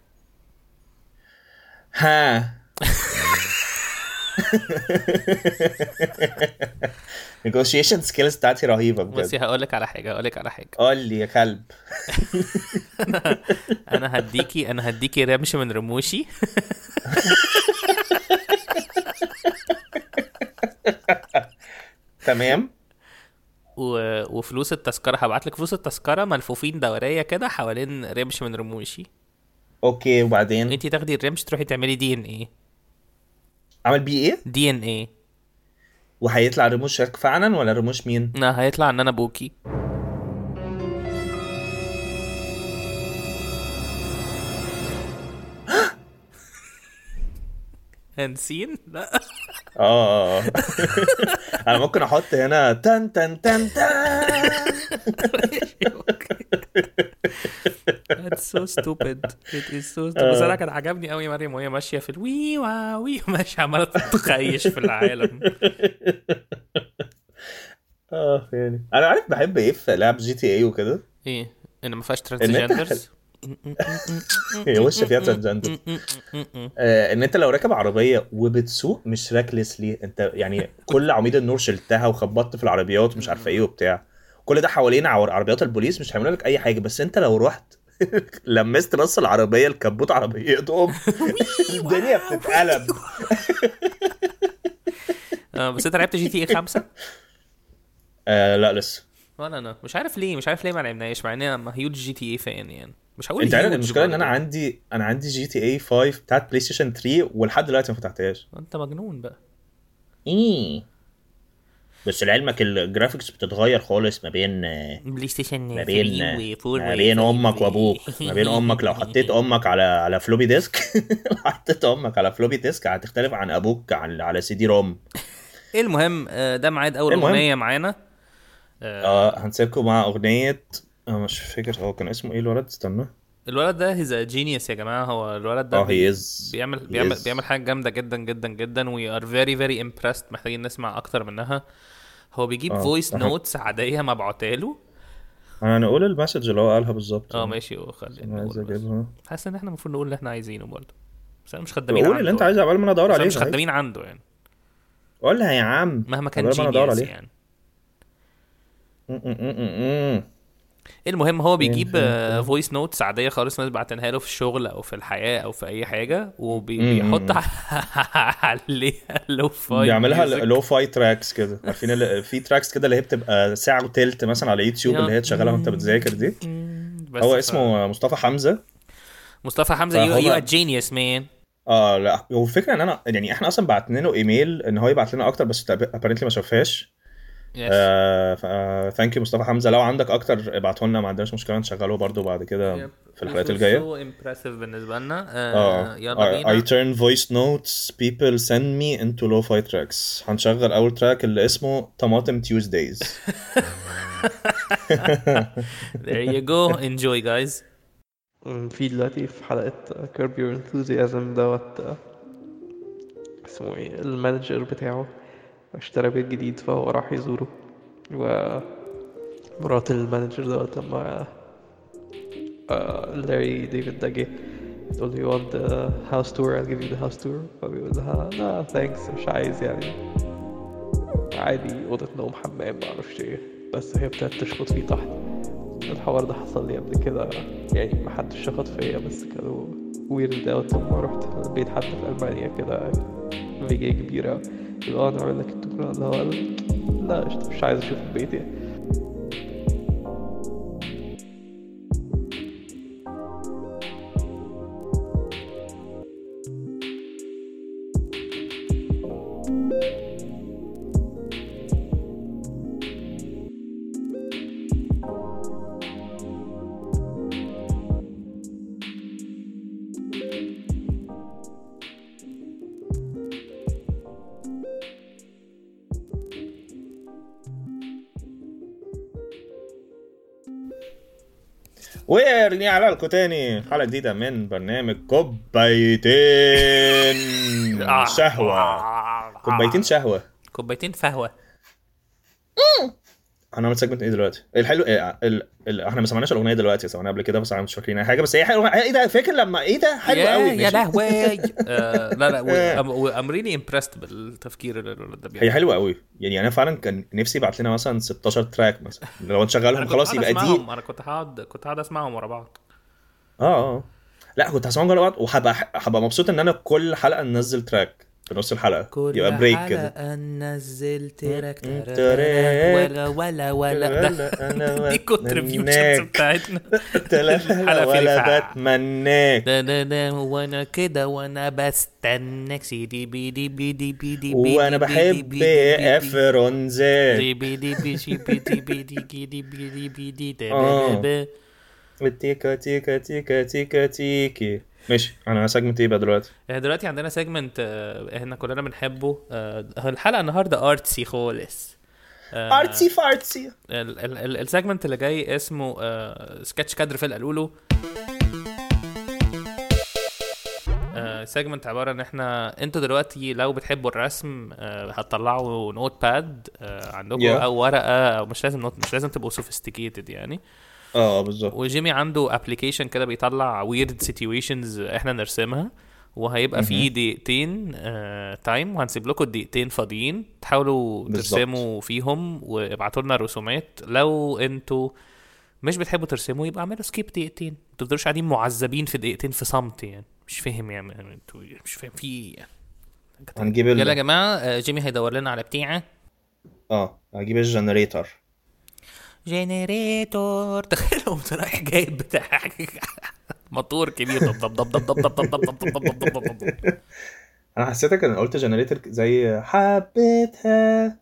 [SPEAKER 3] ها negotiation skills بتاعتي رهيبة
[SPEAKER 1] بصي
[SPEAKER 3] بجد
[SPEAKER 1] هقول لك على حاجه هقول لك على حاجه
[SPEAKER 3] قول لي يا كلب
[SPEAKER 1] انا هديكي انا هديكي رمش من رموشي [laughs]
[SPEAKER 3] تمام
[SPEAKER 1] و... وفلوس التذكره هبعت لك فلوس التذكره ملفوفين دوريه كده حوالين رمش من رموشي
[SPEAKER 3] اوكي وبعدين
[SPEAKER 1] انت تاخدي الرمش تروحي تعملي دي ان ايه
[SPEAKER 3] عمل بيه ايه
[SPEAKER 1] دي ان ايه
[SPEAKER 3] وهيطلع رموش شرك فعلا ولا رموش مين
[SPEAKER 1] لا هيطلع ان انا ابوكي [gasps] هنسين لا [laughs]
[SPEAKER 3] اه آه، آه. انا ممكن احط هنا تن تن تن تن
[SPEAKER 1] That's so stupid. It is so stupid.
[SPEAKER 3] آه.
[SPEAKER 1] بس انا كان عجبني قوي مريم وهي ماشيه في الوي وا وي ماشيه عماله تتخيش في العالم
[SPEAKER 3] [laughs] اه يعني انا عارف بحب ايه في لعب جي تي اي وكده
[SPEAKER 1] ايه ان ما فيهاش
[SPEAKER 3] إن أنت-
[SPEAKER 1] ترانسجندرز
[SPEAKER 3] هي وش فيها ترانسجندر آه، ان انت لو راكب عربيه وبتسوق مش راكلسلي انت يعني كل عواميد النور شلتها وخبطت في العربيات ومش عارفه ايه وبتاع كل ده حوالين عور- عربيات البوليس مش هيعملوا لك اي حاجه بس انت لو رحت [laughs] لمست راس العربيه الكبوت عربيتهم الدنيا بتتقلب
[SPEAKER 1] آه، بس انت لعبت جي تي اي 5
[SPEAKER 3] آه لا لسه
[SPEAKER 1] ولا انا مش عارف ليه مش عارف ليه ما لعبناش مع ان انا هيوج جي تي اي فان يعني مش هقول
[SPEAKER 3] انت عارف
[SPEAKER 1] huge
[SPEAKER 3] المشكله ان انا
[SPEAKER 1] برضه.
[SPEAKER 3] عندي انا عندي جي تي اي 5 بتاعت بلاي ستيشن 3 ولحد دلوقتي ما فتحتهاش
[SPEAKER 1] انت مجنون بقى
[SPEAKER 3] ايه بس لعلمك الجرافيكس بتتغير خالص ما بين آه،
[SPEAKER 1] بلاي ستيشن
[SPEAKER 3] ما بين
[SPEAKER 1] 3 و 4
[SPEAKER 3] ما بين
[SPEAKER 1] [laughs]
[SPEAKER 3] امك وابوك ما بين امك لو حطيت امك على على فلوبي ديسك [laughs] لو حطيت امك على فلوبي ديسك هتختلف عن ابوك على على سي دي روم
[SPEAKER 1] المهم آه، ده ميعاد اول
[SPEAKER 3] المهم.
[SPEAKER 1] اغنيه معانا آه.
[SPEAKER 3] اه هنسيبكم مع اغنيه آه مش فاكر هو كان اسمه ايه الولد استنى
[SPEAKER 1] الولد ده هيز جينيوس يا جماعه هو الولد ده
[SPEAKER 3] اه هي از
[SPEAKER 1] بيعمل بيعمل بيعمل حاجه جامده جدا جدا جدا وي ار فيري فيري امبرست محتاجين نسمع اكتر منها هو بيجيب
[SPEAKER 3] آه،
[SPEAKER 1] فويس
[SPEAKER 3] أها.
[SPEAKER 1] نوتس عاديه مبعوتها له
[SPEAKER 3] هنقول المسج اللي هو قالها بالظبط
[SPEAKER 1] اه ماشي خلينا
[SPEAKER 3] انا عايز
[SPEAKER 1] نقول بس.
[SPEAKER 3] اجيبها
[SPEAKER 1] حاسس ان احنا المفروض نقول اللي احنا عايزينه برضه بس انا مش خدامين
[SPEAKER 3] قول اللي انت عايزه عبال ما انا ادور
[SPEAKER 1] بس أنا
[SPEAKER 3] عليه طيب،
[SPEAKER 1] مش خدامين عنده يعني
[SPEAKER 3] قولها يا عم
[SPEAKER 1] مهما كان
[SPEAKER 3] عبال ما انا ادور
[SPEAKER 1] جينيوس
[SPEAKER 3] عليه
[SPEAKER 1] يعني
[SPEAKER 3] م- م- م- م- م.
[SPEAKER 1] المهم
[SPEAKER 3] إيه،
[SPEAKER 1] هو بيجيب آه،
[SPEAKER 3] فهمت،
[SPEAKER 1] فويس نوتس عاديه خالص الناس بعتنها له في الشغل او في الحياه او في اي حاجه
[SPEAKER 3] مم،
[SPEAKER 1] وبيحط
[SPEAKER 3] مم.
[SPEAKER 1] [laughs] عليها لو فاي
[SPEAKER 3] بيعملها
[SPEAKER 1] music.
[SPEAKER 3] لو فاي تراكس كده عارفين ال- في تراكس كده اللي هي بتبقى ساعه وتلت مثلا على يوتيوب اللي هي تشغلها وانت بتذاكر دي
[SPEAKER 1] بس
[SPEAKER 3] هو
[SPEAKER 1] ف-
[SPEAKER 3] اسمه مصطفى حمزه
[SPEAKER 1] مصطفى حمزه يو
[SPEAKER 3] فهو-
[SPEAKER 1] يو جينيوس مان
[SPEAKER 3] اه لا والفكره ان انا يعني احنا اصلا بعتنا له ايميل ان هو يبعت لنا اكتر بس ابارنتلي ما شافهاش
[SPEAKER 1] يس
[SPEAKER 3] ثانك يو مصطفى حمزه لو عندك اكتر ابعته لنا ما عندناش مشكله نشغله برضو بعد كده في الحلقات الجايه
[SPEAKER 1] سو امبرسيف بالنسبه لنا آه
[SPEAKER 3] اه
[SPEAKER 1] يلا
[SPEAKER 3] I, I
[SPEAKER 1] بينا
[SPEAKER 3] turn voice notes people send me into lo-fi tracks هنشغل اول تراك اللي اسمه طماطم
[SPEAKER 1] [laughs]
[SPEAKER 3] Tuesdays
[SPEAKER 1] there you go enjoy
[SPEAKER 3] [laughs]
[SPEAKER 1] guys
[SPEAKER 4] في دلوقتي في حلقة Curb Your Enthusiasm دوت اسمه ايه المانجر بتاعه اشترى بيت جديد فهو راح يزوره و مرات المانجر دوت لما آه، لاري ديفيد ده جه تقول له you want the house tour I'll give you the house tour فبيقول لها لا thanks مش عايز يعني عادي أوضة نوم حمام معرفش ايه بس هي ابتدت تشخط فيه تحت الحوار ده حصل لي قبل كده يعني محدش شخط فيا بس كانوا ويرد اوت لما رحت بيت حد في ألمانيا كده فيجي كبيرة اللي هو أنا عامل لك التجارة اللي هو لا قشطة، مش عايز أشوف البيت يعني
[SPEAKER 3] ويرني على الكوتاني حلقه جديده من برنامج كوبايتين
[SPEAKER 1] آه.
[SPEAKER 3] شهوه كوبايتين شهوه
[SPEAKER 1] كوبايتين فهوه
[SPEAKER 3] هنعمل سيجمنت ايه دلوقتي؟ الحلو إيه ال... ال... احنا ما سمعناش الاغنيه دلوقتي سمعناها قبل كده بس انا مش فاكرين اي حاجه بس هي حلوه ايه ده فاكر لما ايه ده حلو
[SPEAKER 1] يا-
[SPEAKER 3] قوي
[SPEAKER 1] يا
[SPEAKER 3] ماشي.
[SPEAKER 1] لهوي [laughs] آه، لا
[SPEAKER 3] [laughs]
[SPEAKER 1] لا وام ريلي امبرست بالتفكير اللي الولد ده
[SPEAKER 3] هي
[SPEAKER 1] بيعمله.
[SPEAKER 3] حلوه قوي يعني انا فعلا كان نفسي يبعت لنا مثلا 16 تراك مثلا لو
[SPEAKER 1] أنا
[SPEAKER 3] نشغلهم
[SPEAKER 1] كنت
[SPEAKER 3] خلاص
[SPEAKER 1] قاعد
[SPEAKER 3] يبقى دي
[SPEAKER 1] أسمعهم، انا كنت هقعد كنت هقعد اسمعهم ورا بعض
[SPEAKER 3] اه اه لا كنت هسمعهم جنب بعض وهبقى هبقى مبسوط ان انا كل حلقه ننزل تراك في نص الحلقه يبقى بريك كده
[SPEAKER 1] نزلت
[SPEAKER 3] مم، تراك.
[SPEAKER 1] ولا ولا ولا ده [laughs]
[SPEAKER 3] أنا
[SPEAKER 1] دي كونتريبيوشنز
[SPEAKER 3] بتمناك. [laughs]
[SPEAKER 1] بتاعتنا [laughs]
[SPEAKER 3] لا
[SPEAKER 1] الحلقة في
[SPEAKER 3] ولا
[SPEAKER 1] رفاعة.
[SPEAKER 3] بتمناك
[SPEAKER 1] ده ده ده وانا كده وانا بستناك سي دي بي دي بي دي بي دي بي
[SPEAKER 3] وانا
[SPEAKER 1] دي بي
[SPEAKER 3] بحب
[SPEAKER 1] دي بي دي بي.
[SPEAKER 3] افرونزات
[SPEAKER 1] دي بي دي بي شي بي دي بي دي كي دي بي دي بي دي ده ده
[SPEAKER 3] آه.
[SPEAKER 1] ده.
[SPEAKER 3] تيكا تيكا تيكا تيكا تيكي ماشي انا سجمت ايه بقى دلوقتي
[SPEAKER 1] آه، دلوقتي عندنا سيجمنت احنا كلنا بنحبه آه، الحلقه النهارده ارتسي خالص آه.
[SPEAKER 3] ارتسي فارتسي
[SPEAKER 1] السيجمنت اللي جاي اسمه آه، سكتش كادر في القلولو آه، سيجمنت عباره ان احنا انتوا دلوقتي لو بتحبوا الرسم آه، هتطلعوا نوت باد عندكم
[SPEAKER 3] Yeah.
[SPEAKER 1] او ورقه او مش لازم نوت مش لازم تبقوا سوفيستيكيتد يعني
[SPEAKER 3] اه بالظبط
[SPEAKER 1] وجيمي عنده ابلكيشن كده بيطلع ويرد سيتويشنز احنا نرسمها وهيبقى فيه دقيقتين تايم وهنسيب لكم الدقيقتين فاضيين تحاولوا
[SPEAKER 3] بالظبط.
[SPEAKER 1] ترسموا فيهم وابعتوا لنا رسومات لو انتوا مش بتحبوا ترسموا يبقى اعملوا سكيب دقيقتين ما تفضلوش قاعدين معذبين في دقيقتين في صمت يعني مش فاهم يعني يعني انتوا مش فاهم في إيه يعني.
[SPEAKER 3] هنجيب
[SPEAKER 1] يلا يا
[SPEAKER 3] ال...
[SPEAKER 1] جماعه آه، جيمي هيدور لنا على بتيعه
[SPEAKER 3] اه هنجيب الجنريتر
[SPEAKER 1] جنريتور تخيل قمت رايح جايب بتاع [laughs] موتور كبير ضب ضب ضب ضب ضب ضب ضب ضب ضب ضب ضب ضب ضب
[SPEAKER 3] انا حسيتك ان قلت جنريتر زي حبيتها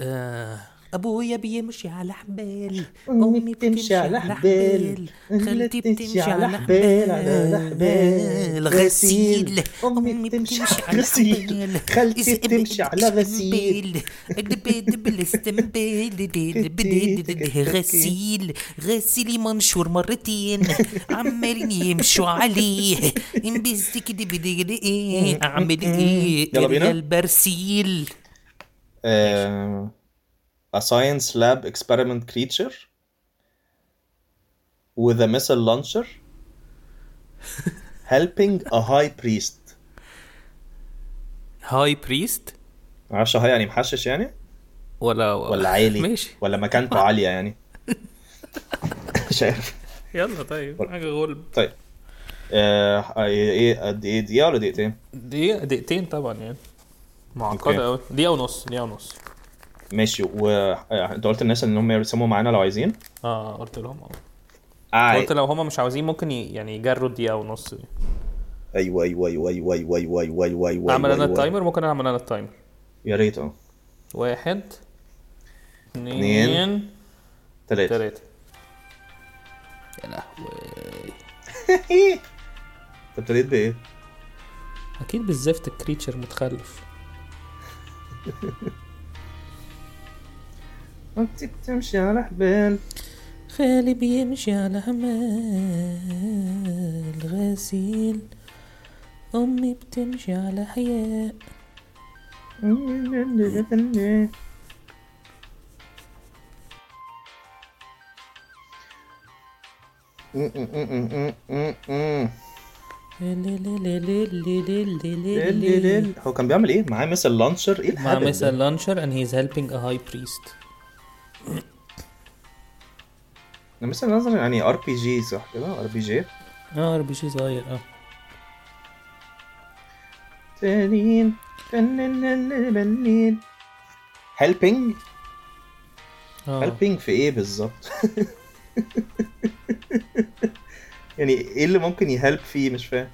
[SPEAKER 1] آه، ابويا بيمشي على حبال
[SPEAKER 3] امي بتمشي على حبال
[SPEAKER 1] خالتي بتمشي على
[SPEAKER 3] حبال على
[SPEAKER 1] حبال
[SPEAKER 3] حبال
[SPEAKER 1] غسيل
[SPEAKER 3] امي بتمشي على غسيل خالتي بتمشي على غسيل
[SPEAKER 1] دبل استنبل غسيل غسيلي منشور مرتين عمالين يمشوا عليه انبس كده بدي ايه اعمل ايه
[SPEAKER 3] يلا بينا.
[SPEAKER 1] البرسيل
[SPEAKER 3] آه، a science lab experiment creature with a missile
[SPEAKER 1] [laughs]
[SPEAKER 3] launcher helping a high priest
[SPEAKER 1] هاي بريست
[SPEAKER 3] معرفش هاي يعني محشش يعني
[SPEAKER 1] ولا
[SPEAKER 3] ولا عالي
[SPEAKER 1] ماشي
[SPEAKER 3] ولا مكانته عالية
[SPEAKER 1] [laughs]
[SPEAKER 3] يعني مش عارف
[SPEAKER 1] يلا طيب حاجه غلب
[SPEAKER 3] طيب آه، ايه قد ايه دقيقة ولا دقيقتين؟
[SPEAKER 1] دقيقه دقيقتين طبعا يعني
[SPEAKER 3] أوكي.
[SPEAKER 1] معقده قوي دقيقه ونص دقيقه ونص
[SPEAKER 3] ماشي و آه، انت قلت للناس ان هم يرسموا معانا لو عايزين
[SPEAKER 1] اه قلت لهم آه.
[SPEAKER 3] آه،
[SPEAKER 1] قلت لو هم مش عاوزين ممكن ي- يعني يجروا دقيقه ونص دي.
[SPEAKER 3] ايوه ايوه ايوه ايوه ايوه ايوه ايوه ايوه ايوه
[SPEAKER 1] اعمل انا
[SPEAKER 3] أيوة. آه،
[SPEAKER 1] التايمر ممكن اعمل انا التايمر
[SPEAKER 3] يا ريت اه
[SPEAKER 1] واحد اثنين
[SPEAKER 3] تلاتة [laughs]
[SPEAKER 1] ثلاثة يا لهوي
[SPEAKER 3] انت ابتديت بايه؟
[SPEAKER 1] اكيد بالزفت الكريتشر متخلف
[SPEAKER 3] انت بتمشي على حبال
[SPEAKER 1] خالي بيمشي على عمال غسيل امي بتمشي على حياء
[SPEAKER 3] هو كان بيعمل ايه؟ معاه مثل لانشر ايه
[SPEAKER 1] مع
[SPEAKER 3] الهبل ده؟
[SPEAKER 1] مثل لانشر and he's helping a high priest
[SPEAKER 3] ده مثل لانشر يعني ار بي جي صح كده؟ ار بي جي
[SPEAKER 1] اه ار بي جي صغير اه
[SPEAKER 3] تنين تنين بنين هيلبينج
[SPEAKER 1] اه
[SPEAKER 3] هيلبينج في ايه بالظبط؟ يعني ايه اللي ممكن يهلب فيه مش فاهم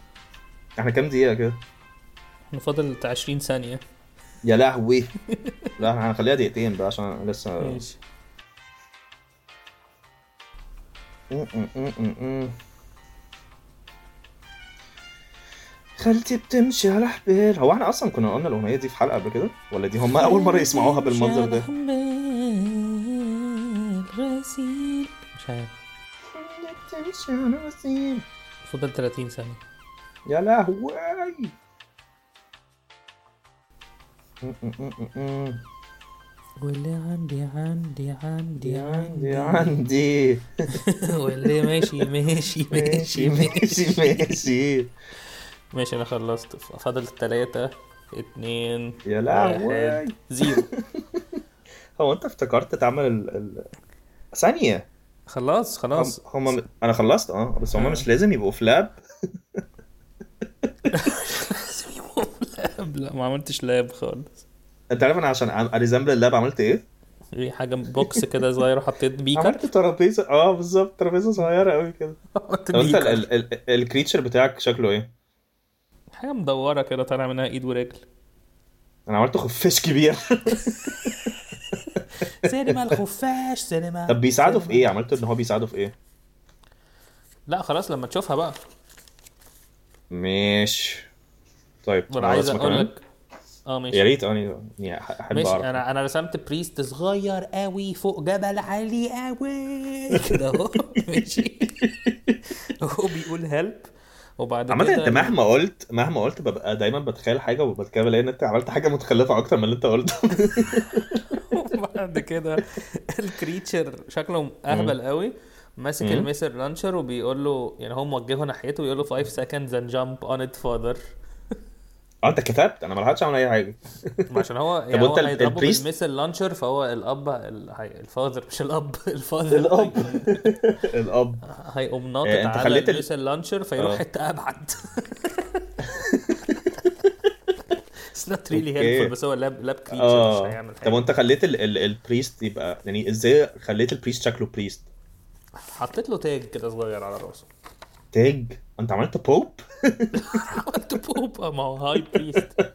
[SPEAKER 3] احنا كام دقيقة كده؟
[SPEAKER 1] احنا فاضل بتاع 20 ثانية
[SPEAKER 3] يا لهوي لا احنا هنخليها دقيقتين بقى عشان لسه
[SPEAKER 1] ماشي
[SPEAKER 3] خالتي بتمشي على حبال هو احنا اصلا كنا قلنا الاغنيه دي في حلقه قبل كده ولا دي هم اول مره يسمعوها بالمنظر ده
[SPEAKER 1] غسيل مش عارف
[SPEAKER 3] بتمشي على وسيم.
[SPEAKER 1] فاضل 30 ثانية
[SPEAKER 3] يا لهوي م- م- م- م- م.
[SPEAKER 1] واللي عندي عندي عندي
[SPEAKER 3] دي عندي عندي
[SPEAKER 1] [laughs] واللي ماشي ماشي
[SPEAKER 3] ماشي ماشي ماشي
[SPEAKER 1] ماشي انا خلصت فاضل ثلاثة اتنين
[SPEAKER 3] يا لهوي
[SPEAKER 1] واحد زيرو
[SPEAKER 3] هو انت افتكرت تعمل ال... ال...
[SPEAKER 1] [laughs]
[SPEAKER 3] ثانيه
[SPEAKER 1] خلاص
[SPEAKER 3] هم...
[SPEAKER 1] خلاص
[SPEAKER 3] هم انا خلصت اه بس هم
[SPEAKER 1] آه.
[SPEAKER 3] مش لازم يبقوا في لاب
[SPEAKER 1] لاب لا ما عملتش لاب خالص
[SPEAKER 3] انت عارف انا عشان اريزمبل اللاب عملت ايه؟
[SPEAKER 1] في حاجة بوكس كده صغير وحطيت بيكر
[SPEAKER 3] عملت ترابيزه اه بالظبط ترابيزه صغيره قوي كده
[SPEAKER 1] [laughs] حطيت
[SPEAKER 3] طب انت ال-
[SPEAKER 1] بيكر
[SPEAKER 3] ال- ال- الكريتشر بتاعك شكله ايه؟
[SPEAKER 1] حاجة مدورة كده طالع منها ايد ورجل
[SPEAKER 3] انا عملت خفاش كبير
[SPEAKER 1] [laughs] سينما الخفاش سينما
[SPEAKER 3] طب بيساعده في ايه؟ عملته ان هو بيساعده في ايه؟
[SPEAKER 1] لا خلاص لما تشوفها بقى
[SPEAKER 3] ماشي طيب
[SPEAKER 1] انا عايز
[SPEAKER 3] رسمة
[SPEAKER 1] اقول
[SPEAKER 3] كمان؟
[SPEAKER 1] لك اه ماشي
[SPEAKER 3] يا ريت اه يعني- يعني أح- احب
[SPEAKER 1] ماشي
[SPEAKER 3] اعرف
[SPEAKER 1] انا انا رسمت بريست صغير قوي فوق جبل عالي [laughs] قوي كده اهو ماشي [laughs] هو بيقول هيلب وبعد كده
[SPEAKER 3] عامة انت مهما قلت مهما قلت ببقى دايما بتخيل حاجة وبعد كده بلاقي ان انت عملت حاجة متخلفة اكتر من اللي انت قلته [laughs]
[SPEAKER 1] [laughs] وبعد كده الكريتشر شكله اهبل قوي ماسك الميسر لانشر وبيقول له يعني هو موجهه ناحيته ويقول له 5 seconds and jump on it further [laughs]
[SPEAKER 3] اه انت كتبت انا ما لحقتش اعمل اي حاجة
[SPEAKER 1] ما عشان هو يعني هو
[SPEAKER 3] وانت ال-
[SPEAKER 1] هيضربه
[SPEAKER 3] البريست؟
[SPEAKER 1] بالميسر لانشر فهو الاب ال- هي- الفاذر مش الاب [laughs] الفاذر
[SPEAKER 3] [laughs] الاب الاب
[SPEAKER 1] [laughs] هيقوم ناطط
[SPEAKER 3] إيه،
[SPEAKER 1] على
[SPEAKER 3] انت
[SPEAKER 1] انت
[SPEAKER 3] خليت
[SPEAKER 1] خليت
[SPEAKER 3] ال-
[SPEAKER 1] الميسل لانشر فيروح
[SPEAKER 3] آه.
[SPEAKER 1] حته [laughs] ابعد اتس نوت ريلي
[SPEAKER 3] أوكي.
[SPEAKER 1] هيلفول بس هو لاب لاب كريتشر مش
[SPEAKER 3] اه
[SPEAKER 1] هيعمل
[SPEAKER 3] طب
[SPEAKER 1] حاجه
[SPEAKER 3] وانت خليت ال ال البريست يبقى يعني ازاي خليت البريست شكله بريست
[SPEAKER 1] حطيت له تاج كده صغير على راسه
[SPEAKER 3] تاج انت عملت بوب
[SPEAKER 1] [laughs] عملت بوب ما هو هاي بريست [laughs]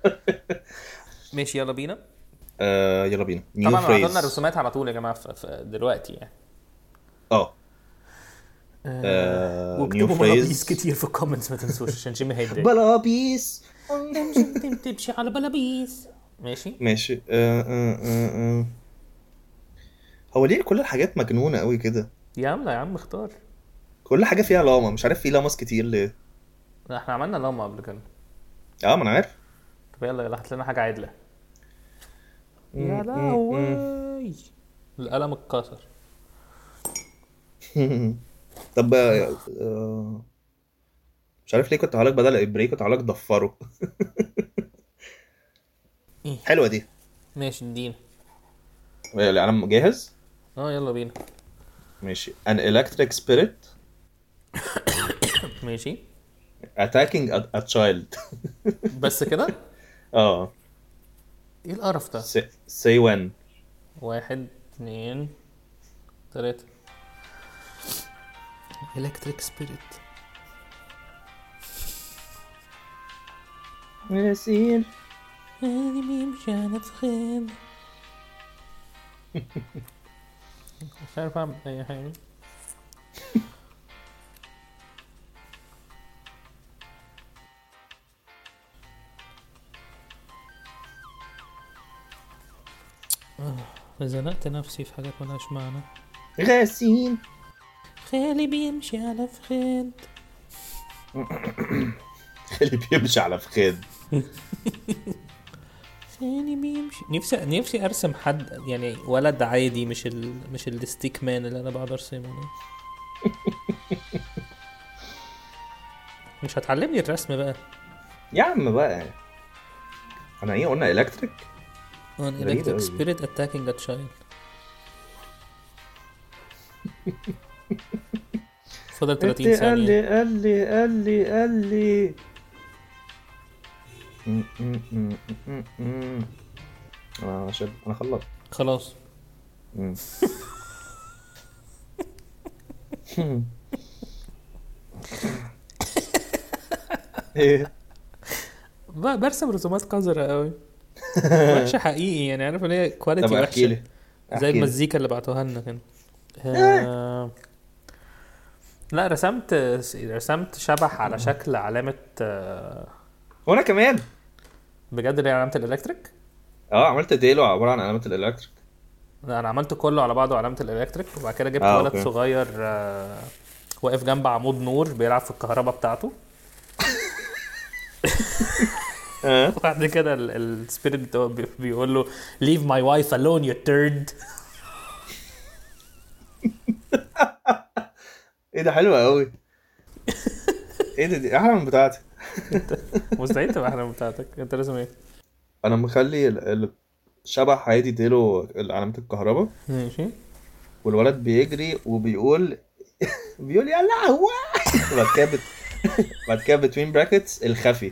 [SPEAKER 1] ماشي يلا بينا
[SPEAKER 3] آه يلا بينا نيو
[SPEAKER 1] طبعا
[SPEAKER 3] فريز
[SPEAKER 1] عطلنا رسومات على طول يا جماعه ف- ف- دلوقتي يعني
[SPEAKER 3] اه آه، نيو
[SPEAKER 1] واكتبوا ملابيس
[SPEAKER 3] فريز
[SPEAKER 1] كتير في الكومنتس ما تنسوش عشان جيمي هيتضايق
[SPEAKER 3] بلابيس
[SPEAKER 1] [laughs] تمشي تمشي على بلابيس ماشي
[SPEAKER 3] ماشي آه آه آه آه. هو ليه كل الحاجات مجنونة قوي كده
[SPEAKER 1] يا عم لا يا عم اختار
[SPEAKER 3] كل حاجة فيها لاما مش عارف في لاماس كتير ليه
[SPEAKER 1] لا، احنا عملنا لاما قبل كده
[SPEAKER 3] اه ما انا عارف
[SPEAKER 1] طب يلا يلا هات لنا حاجه عدله يا لهوي القلم اتكسر
[SPEAKER 3] [laughs] طب آه، آه، مش عارف ليه كنت هقولك بدل ابري كنت هقولك ضفره
[SPEAKER 1] [laughs] إيه؟
[SPEAKER 3] حلوة دي
[SPEAKER 1] ماشي ادينا
[SPEAKER 3] انا جاهز
[SPEAKER 1] اه يلا بينا
[SPEAKER 3] ماشي an electric spirit
[SPEAKER 1] [coughs] ماشي
[SPEAKER 3] attacking a, a child [laughs]
[SPEAKER 1] بس كده آه.
[SPEAKER 3] اه
[SPEAKER 1] ايه القرف ده
[SPEAKER 3] say, say when
[SPEAKER 1] واحد اتنين تلاتة الكتريك سبيريت
[SPEAKER 3] ياسين
[SPEAKER 1] هذه بيمشي على فخام
[SPEAKER 5] مش عارف اعمل اي حاجه آه، زنقت نفسي في حاجات ملهاش معنى
[SPEAKER 3] [laughs] غاسين
[SPEAKER 5] خالي بيمشي على فخاد
[SPEAKER 3] اللي بيمشي على فخاد
[SPEAKER 5] خالي يعني بيمشي نفسي نفسي ارسم حد يعني ولد عادي مش ال... مش الستيك مان اللي انا بقعد ارسمه ده
[SPEAKER 3] [laughs]
[SPEAKER 5] مش هتعلمني الرسم بقى Oh,
[SPEAKER 3] يا عم بقى انا ايه قلنا الكتريك
[SPEAKER 5] On
[SPEAKER 3] Very
[SPEAKER 5] electric
[SPEAKER 3] good.
[SPEAKER 5] spirit attacking a child. فضل 30
[SPEAKER 3] قال
[SPEAKER 5] ثانية
[SPEAKER 3] لي قال لي قال لي قال لي انا شاب انا خلصت [laughs]
[SPEAKER 5] خلاص
[SPEAKER 3] مم. ايه
[SPEAKER 5] ب- برسم رسومات قذرة
[SPEAKER 3] [laughs]
[SPEAKER 5] قوي [laughs] وحشة حقيقي يعني عارف اللي هي
[SPEAKER 3] طب احكي
[SPEAKER 5] كواليتي وحشة
[SPEAKER 3] لي
[SPEAKER 5] زي
[SPEAKER 3] احكي لي.
[SPEAKER 5] المزيكا اللي بعتوها لنا كده آه، لا رسمت رسمت شبح على شكل علامة آه،
[SPEAKER 3] وانا كمان
[SPEAKER 5] بجد اللي هي علامة الإلكتريك
[SPEAKER 3] اه عملت ديلو عباره عن علامه الالكتريك
[SPEAKER 5] انا عملت كله على بعضه علامه الالكتريك وبعد كده جبت
[SPEAKER 3] آه،
[SPEAKER 5] ولد
[SPEAKER 3] أوكي.
[SPEAKER 5] صغير آه، واقف جنب عمود نور بيلعب في الكهرباء بتاعته
[SPEAKER 3] اه
[SPEAKER 5] وبعد كده السبيريت بتاعه بي- بيقول له leave my wife alone you turd
[SPEAKER 3] ايه ده حلو قوي ايه ده دي احلى من بتاعتي
[SPEAKER 5] [laughs] مستحيل تبقى احلام بتاعتك انت لازم ايه
[SPEAKER 3] انا مخلي ال- ال- الشبح عادي اديله علامه الكهرباء
[SPEAKER 5] ماشي
[SPEAKER 3] والولد بيجري وبيقول [laughs] بيقول يا لهوي بعد كده بت... [laughs] بعد كده بتوين براكتس الخفي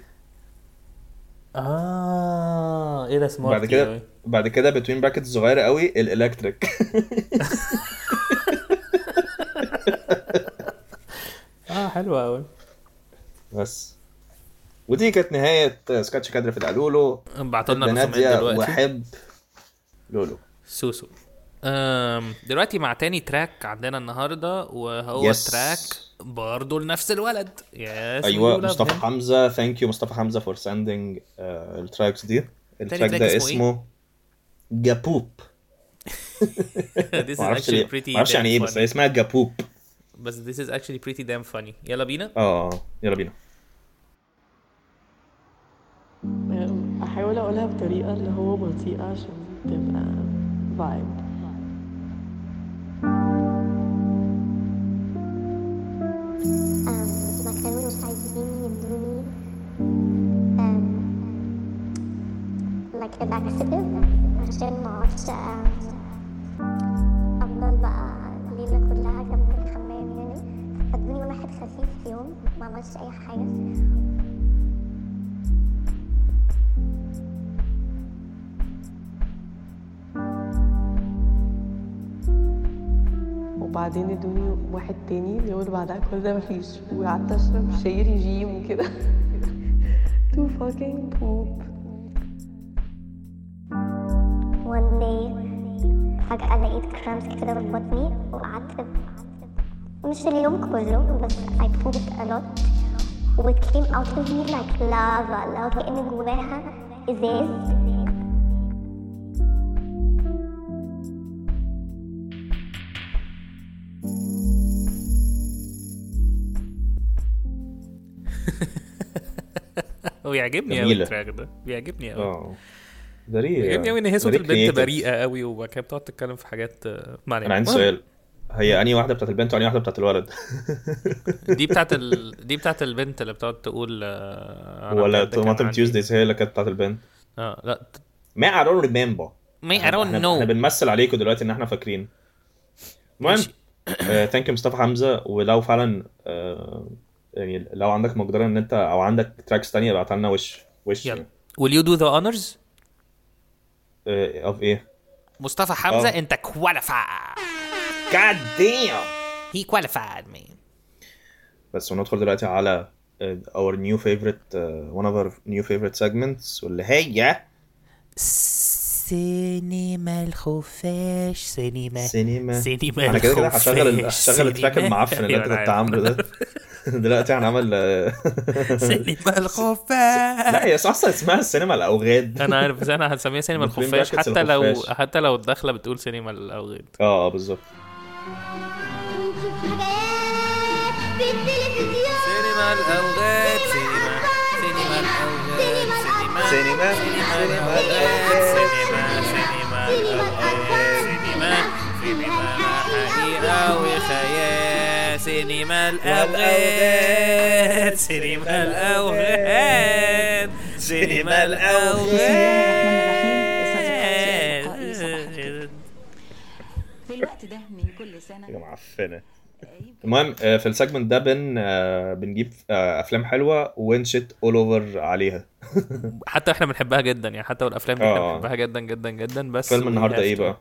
[SPEAKER 5] اه ايه ده سمارت
[SPEAKER 3] بعد كده بعد كده بتوين براكتس صغيره قوي الالكتريك
[SPEAKER 5] اه حلوه قوي
[SPEAKER 3] [laughs] بس ودي كانت نهايه سكتش كادر في القلولو
[SPEAKER 1] بعتوا لنا
[SPEAKER 3] بنات
[SPEAKER 1] الرسومات إيه دلوقتي
[SPEAKER 3] واحب لولو
[SPEAKER 1] سوسو أم دلوقتي مع تاني تراك عندنا النهارده وهو
[SPEAKER 3] Yes.
[SPEAKER 1] تراك برضه لنفس الولد يس
[SPEAKER 3] ايوه مصطفى حمزه ثانك يو مصطفى حمزه فور ساندنج التراكس آه، دي التراك
[SPEAKER 1] تراك اسمه إيه؟
[SPEAKER 3] ده اسمه جابوب
[SPEAKER 1] this is
[SPEAKER 3] معرفش
[SPEAKER 1] actually
[SPEAKER 3] ليه
[SPEAKER 1] pretty
[SPEAKER 3] معرفش يعني ايه
[SPEAKER 1] damn
[SPEAKER 3] بس
[SPEAKER 1] funny.
[SPEAKER 3] هي اسمها جابوب
[SPEAKER 1] بس this is actually pretty damn funny يلا بينا
[SPEAKER 3] اه يلا بينا
[SPEAKER 6] احاول اقولها بطريقه اللي هو بطيئه عشان تبقى فايب
[SPEAKER 7] آم، انتوا بتكلموني مش عايزين يدوني آم، like الأكسبت عشان ما اعرفش آم، افضل بقى الليلة كلها جنب الحمام يعني فادوني واحد خفيف في يوم ما عملش اي حاجة
[SPEAKER 6] وبعدين ادوني واحد تاني اليوم اللي بعدها كل ده مفيش وقعدت اشرب شاي ريجيم وكده [laughs] تو فاكينج بوب
[SPEAKER 7] one day فجأة لقيت cramps كده في بطني وقعدت مش اليوم كله بس I pooped a lot وit came out of me like lava لو كأن جواها إزاز
[SPEAKER 1] ويعجبني قوي
[SPEAKER 3] جميلة.
[SPEAKER 1] التراك ده بيعجبني قوي
[SPEAKER 3] اه بريء
[SPEAKER 1] بيعجبني قوي ان هي صوت
[SPEAKER 3] بريء
[SPEAKER 1] البنت
[SPEAKER 3] creative.
[SPEAKER 1] بريئه قوي وبعد كده بتقعد تتكلم في حاجات آه، ما علينا.
[SPEAKER 3] انا عندي
[SPEAKER 1] المهم،
[SPEAKER 3] سؤال هي انهي واحده بتاعت البنت وانهي واحده بتاعت الولد
[SPEAKER 1] دي بتاعت ال... [laughs] دي بتاعت البنت اللي بتقعد تقول آه، أنا
[SPEAKER 3] ولا
[SPEAKER 1] بجد كان
[SPEAKER 3] توماتم
[SPEAKER 1] عندي-
[SPEAKER 3] تيوزدايز هي اللي كانت بتاعت البنت
[SPEAKER 1] اه لا ت-
[SPEAKER 3] ما I don't remember
[SPEAKER 1] مي I don't
[SPEAKER 3] احنا, احنا
[SPEAKER 1] know
[SPEAKER 3] بنمثل عليكم دلوقتي ان احنا فاكرين المهم
[SPEAKER 1] ماشي.
[SPEAKER 3] ثانك يو مصطفى حمزه ولو فعلا آه، يعني لو عندك مقدره ان انت او عندك تراكس تانية ابعتها لنا وش وش
[SPEAKER 1] يلا will you do the honors
[SPEAKER 3] اوف ايه
[SPEAKER 1] مصطفى حمزه
[SPEAKER 3] آه.
[SPEAKER 1] انت qualified
[SPEAKER 3] جاد دام
[SPEAKER 1] he qualified man
[SPEAKER 3] بس وندخل دلوقتي على آه، our آه، new favorite uh, one of our new favorite segments واللي هي
[SPEAKER 1] سينما الخفاش سينما
[SPEAKER 3] سينما
[SPEAKER 1] سينما
[SPEAKER 3] انا كده كده
[SPEAKER 1] الخفاش،
[SPEAKER 3] هشغل [laughs] هشغل التراك
[SPEAKER 1] سينما.
[SPEAKER 3] المعفن اللي
[SPEAKER 1] أيوة،
[SPEAKER 3] انت
[SPEAKER 1] أنا
[SPEAKER 3] كنت
[SPEAKER 1] عارف.
[SPEAKER 3] عامله [laughs] ده
[SPEAKER 1] [laughs]
[SPEAKER 3] دلوقتي هنعمل
[SPEAKER 1] سينما الخفاش
[SPEAKER 3] لا هي اصلا اسمها السينما الاوغاد
[SPEAKER 1] انا عارف بس انا هنسميها سينما
[SPEAKER 3] Between
[SPEAKER 1] الخفاش
[SPEAKER 3] brackets
[SPEAKER 1] حتى لو
[SPEAKER 3] الخفاش.
[SPEAKER 1] حتى لو الدخله بتقول سينما الاوغاد
[SPEAKER 3] اه آه، بالظبط
[SPEAKER 7] بنشوف حاجات في التلفزيون
[SPEAKER 1] سينما الاوغاد سينما سينما الاوغاد
[SPEAKER 3] سينما سينما الأوغاد.
[SPEAKER 1] سينما سينما سينما حقيقة وخيال سينما الأوغاد سينما الأوغاد سينما الأوغاد
[SPEAKER 8] في الوقت ده من كل
[SPEAKER 3] حاجه
[SPEAKER 8] سنة
[SPEAKER 3] معفنه المهم آه، في السيجمنت ده بن آه، بنجيب آه، افلام حلوه ونشت اول اوفر عليها
[SPEAKER 1] حتى احنا بنحبها جدا يعني حتى والافلام اللي احنا
[SPEAKER 3] آه.
[SPEAKER 1] بنحبها جدا جدا جدا بس يعني
[SPEAKER 3] فيلم النهارده ايه
[SPEAKER 1] we have to- [laughs]
[SPEAKER 3] بقى؟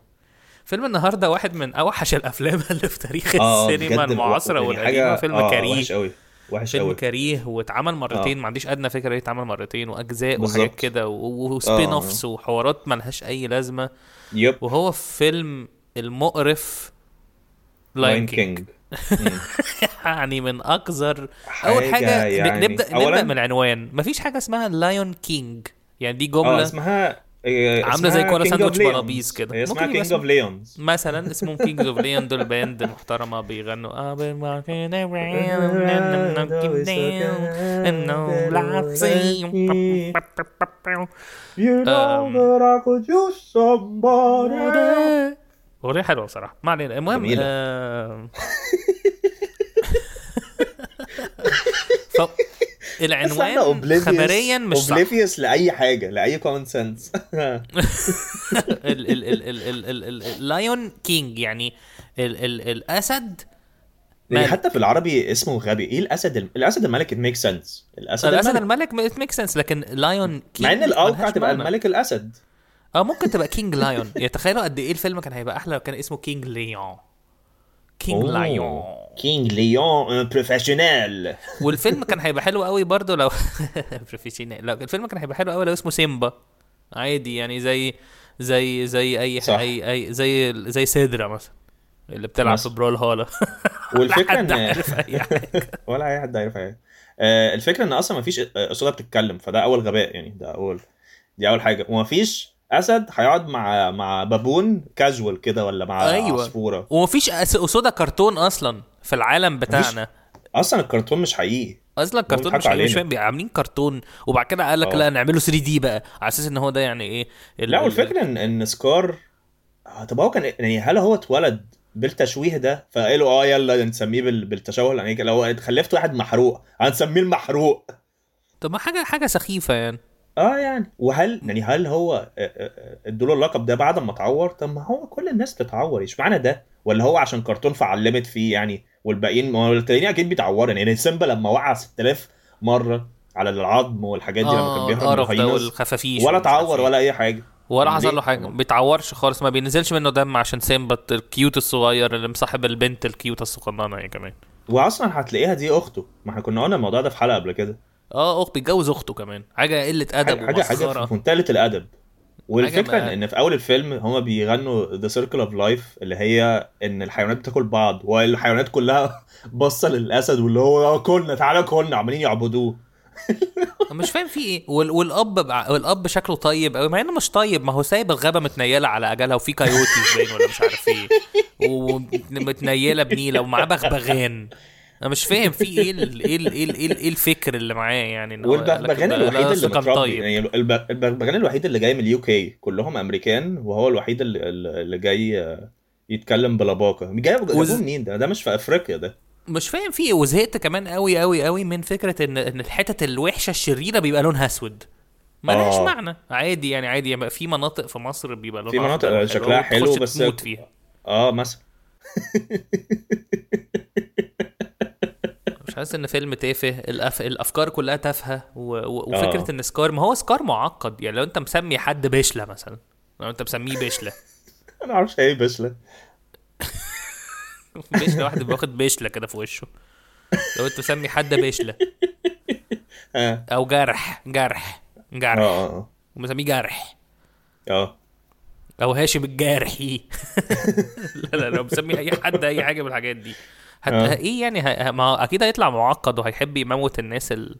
[SPEAKER 1] فيلم النهارده واحد من اوحش الافلام [laughs] اللي في تاريخ
[SPEAKER 3] اه
[SPEAKER 1] السينما
[SPEAKER 3] بجد
[SPEAKER 1] المعاصره
[SPEAKER 3] يعني
[SPEAKER 1] والقديمه
[SPEAKER 3] حاجة-
[SPEAKER 1] فيلم
[SPEAKER 3] آه،
[SPEAKER 1] كريه
[SPEAKER 3] وحش قوي وحش
[SPEAKER 1] فيلم
[SPEAKER 3] قوي
[SPEAKER 1] كريه واتعمل مرتين
[SPEAKER 3] آه.
[SPEAKER 1] ما عنديش ادنى فكره ليه اتعمل مرتين واجزاء وحاجات
[SPEAKER 3] بالظبط.
[SPEAKER 1] كده و- وسبين
[SPEAKER 3] آه.
[SPEAKER 1] اوفس وحوارات ملهاش اي لازمه
[SPEAKER 3] يب
[SPEAKER 1] وهو فيلم المقرف لاين
[SPEAKER 3] لاين
[SPEAKER 1] كينج
[SPEAKER 3] كينج
[SPEAKER 1] [laughs] يعني من اقذر اول حاجه
[SPEAKER 3] يعني-
[SPEAKER 1] نبدا نبدا
[SPEAKER 3] أولاً-
[SPEAKER 1] من العنوان مفيش حاجه اسمها لايون كينج يعني دي
[SPEAKER 3] اه
[SPEAKER 1] جمله
[SPEAKER 3] اسمها آه،
[SPEAKER 1] عاملة
[SPEAKER 3] اسمها
[SPEAKER 1] زي كولا
[SPEAKER 3] King of
[SPEAKER 1] ساندوتش
[SPEAKER 3] Leons.
[SPEAKER 1] بلابيز كده.
[SPEAKER 3] هي اسمها
[SPEAKER 1] ممكن يبقى
[SPEAKER 3] كينج اوف
[SPEAKER 1] اسمه-
[SPEAKER 3] ليونز
[SPEAKER 1] مثلا اسمهم كينجز اوف ليون دول باند محترمه بيغنوا I've been walking
[SPEAKER 3] [laughs]
[SPEAKER 1] around and I'm looking down and all I see-
[SPEAKER 3] You
[SPEAKER 1] know that
[SPEAKER 3] I could use somebody
[SPEAKER 1] اغنيه حلوه بصراحه ما علينا المهم
[SPEAKER 3] جميلة. [laughs]
[SPEAKER 1] آه... ف... العنوان خبريا مش صح ال-
[SPEAKER 3] اوبليفيوس لاي حاجه لاي كومن
[SPEAKER 1] [laughs]
[SPEAKER 3] سنس يعني
[SPEAKER 1] ال- ال- ال- ال- ال- ال- اللايون كينج يعني ال ال الاسد مالك.
[SPEAKER 3] حتى في العربي اسمه غبي ايه الاسد الم... الاسد الملك it makes sense الاسد,
[SPEAKER 1] الاسد
[SPEAKER 3] الملك
[SPEAKER 1] الملك ميك سنس لكن لايون كينج
[SPEAKER 3] مع ان الاوقع
[SPEAKER 1] ملهاش
[SPEAKER 3] تبقى
[SPEAKER 1] معنى.
[SPEAKER 3] الملك الاسد
[SPEAKER 1] اه ممكن تبقى كينج لايون [laughs] يعني تخيلوا قد ايه الفيلم كان هيبقى احلى لو كان اسمه كينج ليون كينج لايون
[SPEAKER 3] كينج ليون
[SPEAKER 1] [laughs]
[SPEAKER 3] بروفيشنال
[SPEAKER 1] والفيلم كان هيبقى حلو قوي برضه لو [laughs] بروفيشنال لو الفيلم كان هيبقى حلو قوي لو اسمه سيمبا عادي يعني زي زي زي اي
[SPEAKER 3] صح.
[SPEAKER 1] اي اي زي زي سيدرا مثلا اللي بتلعب في
[SPEAKER 3] مثلا.
[SPEAKER 1] برول هالا [laughs]
[SPEAKER 3] والفكرة
[SPEAKER 1] لا حد
[SPEAKER 3] إن-
[SPEAKER 1] عارف اي حاجه
[SPEAKER 3] ولا اي حد عارف حاجه آه، الفكره ان اصلا مفيش آه، اسودة بتتكلم فده اول غباء يعني ده اول دي اول حاجه ومفيش اسد هيقعد مع مع بابون كاجوال كده ولا مع
[SPEAKER 1] أيوة.
[SPEAKER 3] أيوة. عصفوره
[SPEAKER 1] ومفيش أس- اسوده كرتون اصلا في العالم بتاعنا
[SPEAKER 3] اصلا الكرتون مش حقيقي
[SPEAKER 1] اصلا كرتون
[SPEAKER 3] بيضحكوا
[SPEAKER 1] مش عارف- مش
[SPEAKER 3] علينا.
[SPEAKER 1] فاهم بي- عاملين كرتون وبعد كده قال لك
[SPEAKER 3] آه.
[SPEAKER 1] لا نعمله 3 دي بقى على اساس ان هو ده يعني ايه ال-
[SPEAKER 3] لا
[SPEAKER 1] ال-
[SPEAKER 3] والفكره ان ان سكار آه، طب هو كان يعني هل هو اتولد بالتشويه ده فقالوا اه يلا نسميه بال... بالتشوه الامريكي لو اتخلفت واحد محروق هنسميه المحروق
[SPEAKER 1] طب ما حاجه حاجه سخيفه يعني
[SPEAKER 3] اه يعني وهل يعني هل هو آه، آه، آه، ادوله اللقب ده بعد ما اتعور طب ما هو كل الناس بتتعور اشمعنى ده ولا هو عشان كرتون فعلمت فيه يعني والباقيين ما هو التانيين اكيد بيتعوروا يعني يعني سيمبا لما وقع 6000 مره على العظم والحاجات دي لما كان
[SPEAKER 1] اه
[SPEAKER 3] بيهرب من
[SPEAKER 1] القرف ده
[SPEAKER 3] الهيناس،
[SPEAKER 1] والخفافيش
[SPEAKER 3] ولا
[SPEAKER 1] ومش عارف
[SPEAKER 3] اتعور
[SPEAKER 1] إيه.
[SPEAKER 3] ولا اي حاجه
[SPEAKER 1] ولا
[SPEAKER 3] ليه؟
[SPEAKER 1] حصل له حاجه ما بيتعورش خالص ما بينزلش منه دم عشان سيمبا الكيوت الصغير اللي مصاحب البنت الكيوت الصغننه يعني كمان
[SPEAKER 3] واصلا هتلاقيها دي اخته ما احنا كنا قلنا الموضوع ده في حلقه قبل كده
[SPEAKER 1] اه اخت بيتجوز اخته كمان حاجه قله ادب
[SPEAKER 3] حاجه حاجه حاجه في
[SPEAKER 1] ومسخره
[SPEAKER 3] منتهى الادب والفكره
[SPEAKER 1] ما-
[SPEAKER 3] ما... ان في اول الفيلم هما بيغنوا ذا سيركل اوف لايف اللي هي ان الحيوانات بتاكل بعض والحيوانات كلها [laughs] باصه للاسد واللي هو "آه، كلنا تعالى كلنا عمالين يعبدوه
[SPEAKER 1] مش فاهم في ايه وال... والاب بع... والاب شكله طيب قوي مع انه مش طيب ما هو سايب الغابه متنيله على اجلها وفي كايوتي باين ولا مش عارف ايه ومتنيله بنيله ومعاه بغبغان انا مش فاهم في ايه ال... ايه ال... ايه ال... إيه ال- إيه الفكر اللي معاه يعني إن هو قال لك
[SPEAKER 3] والبغبغان
[SPEAKER 1] ده- ده
[SPEAKER 3] الوحيد اللي
[SPEAKER 1] أصله كان طيب.
[SPEAKER 3] متربي يعني الب- البغبغان الوحيد اللي جاي من اليو كي كلهم امريكان وهو الوحيد اللي, اللي جاي آه، يتكلم بلباقه جايبه
[SPEAKER 1] وز-
[SPEAKER 3] جابوه منين ده ده مش في افريقيا ده
[SPEAKER 1] مش فاهم في ايه وزهقت كمان قوي قوي قوي من فكره ان ان الحتت الوحشه الشريره بيبقى لونها اسود ملهاش
[SPEAKER 3] آه.
[SPEAKER 1] معنى عادي يعني عادي يبقى في مناطق في مصر بيبقى لونها
[SPEAKER 3] في مناطق
[SPEAKER 1] أخضر
[SPEAKER 3] شكلها حلو
[SPEAKER 1] وتخش
[SPEAKER 3] بس-
[SPEAKER 1] تموت فيها
[SPEAKER 3] اه مثلا
[SPEAKER 1] مش حاسس ان فيلم تافه الأف... الافكار كلها تافهه و... و... وفكره
[SPEAKER 3] آه.
[SPEAKER 1] ان سكار ما هو سكار معقد يعني لو انت مسمي حد بشله مثلا لو انت مسميه [laughs] بشله
[SPEAKER 3] انا معرفش ايه بشله
[SPEAKER 1] بشله واحد بيبقى واخد بشله كده في وشه لو انت مسمي حد بشله
[SPEAKER 3] اه
[SPEAKER 1] او جرح جرح
[SPEAKER 3] اه
[SPEAKER 1] جرح
[SPEAKER 3] اه
[SPEAKER 1] مسميه جرح
[SPEAKER 3] اه
[SPEAKER 1] او هاشم الجارحي [laughs] لا لا لو مسمي اي حد اي حاجه من الحاجات دي هت...
[SPEAKER 3] آه.
[SPEAKER 1] ايه يعني ه... ما هو اكيد هيطلع معقد وهيحب يموت الناس ال...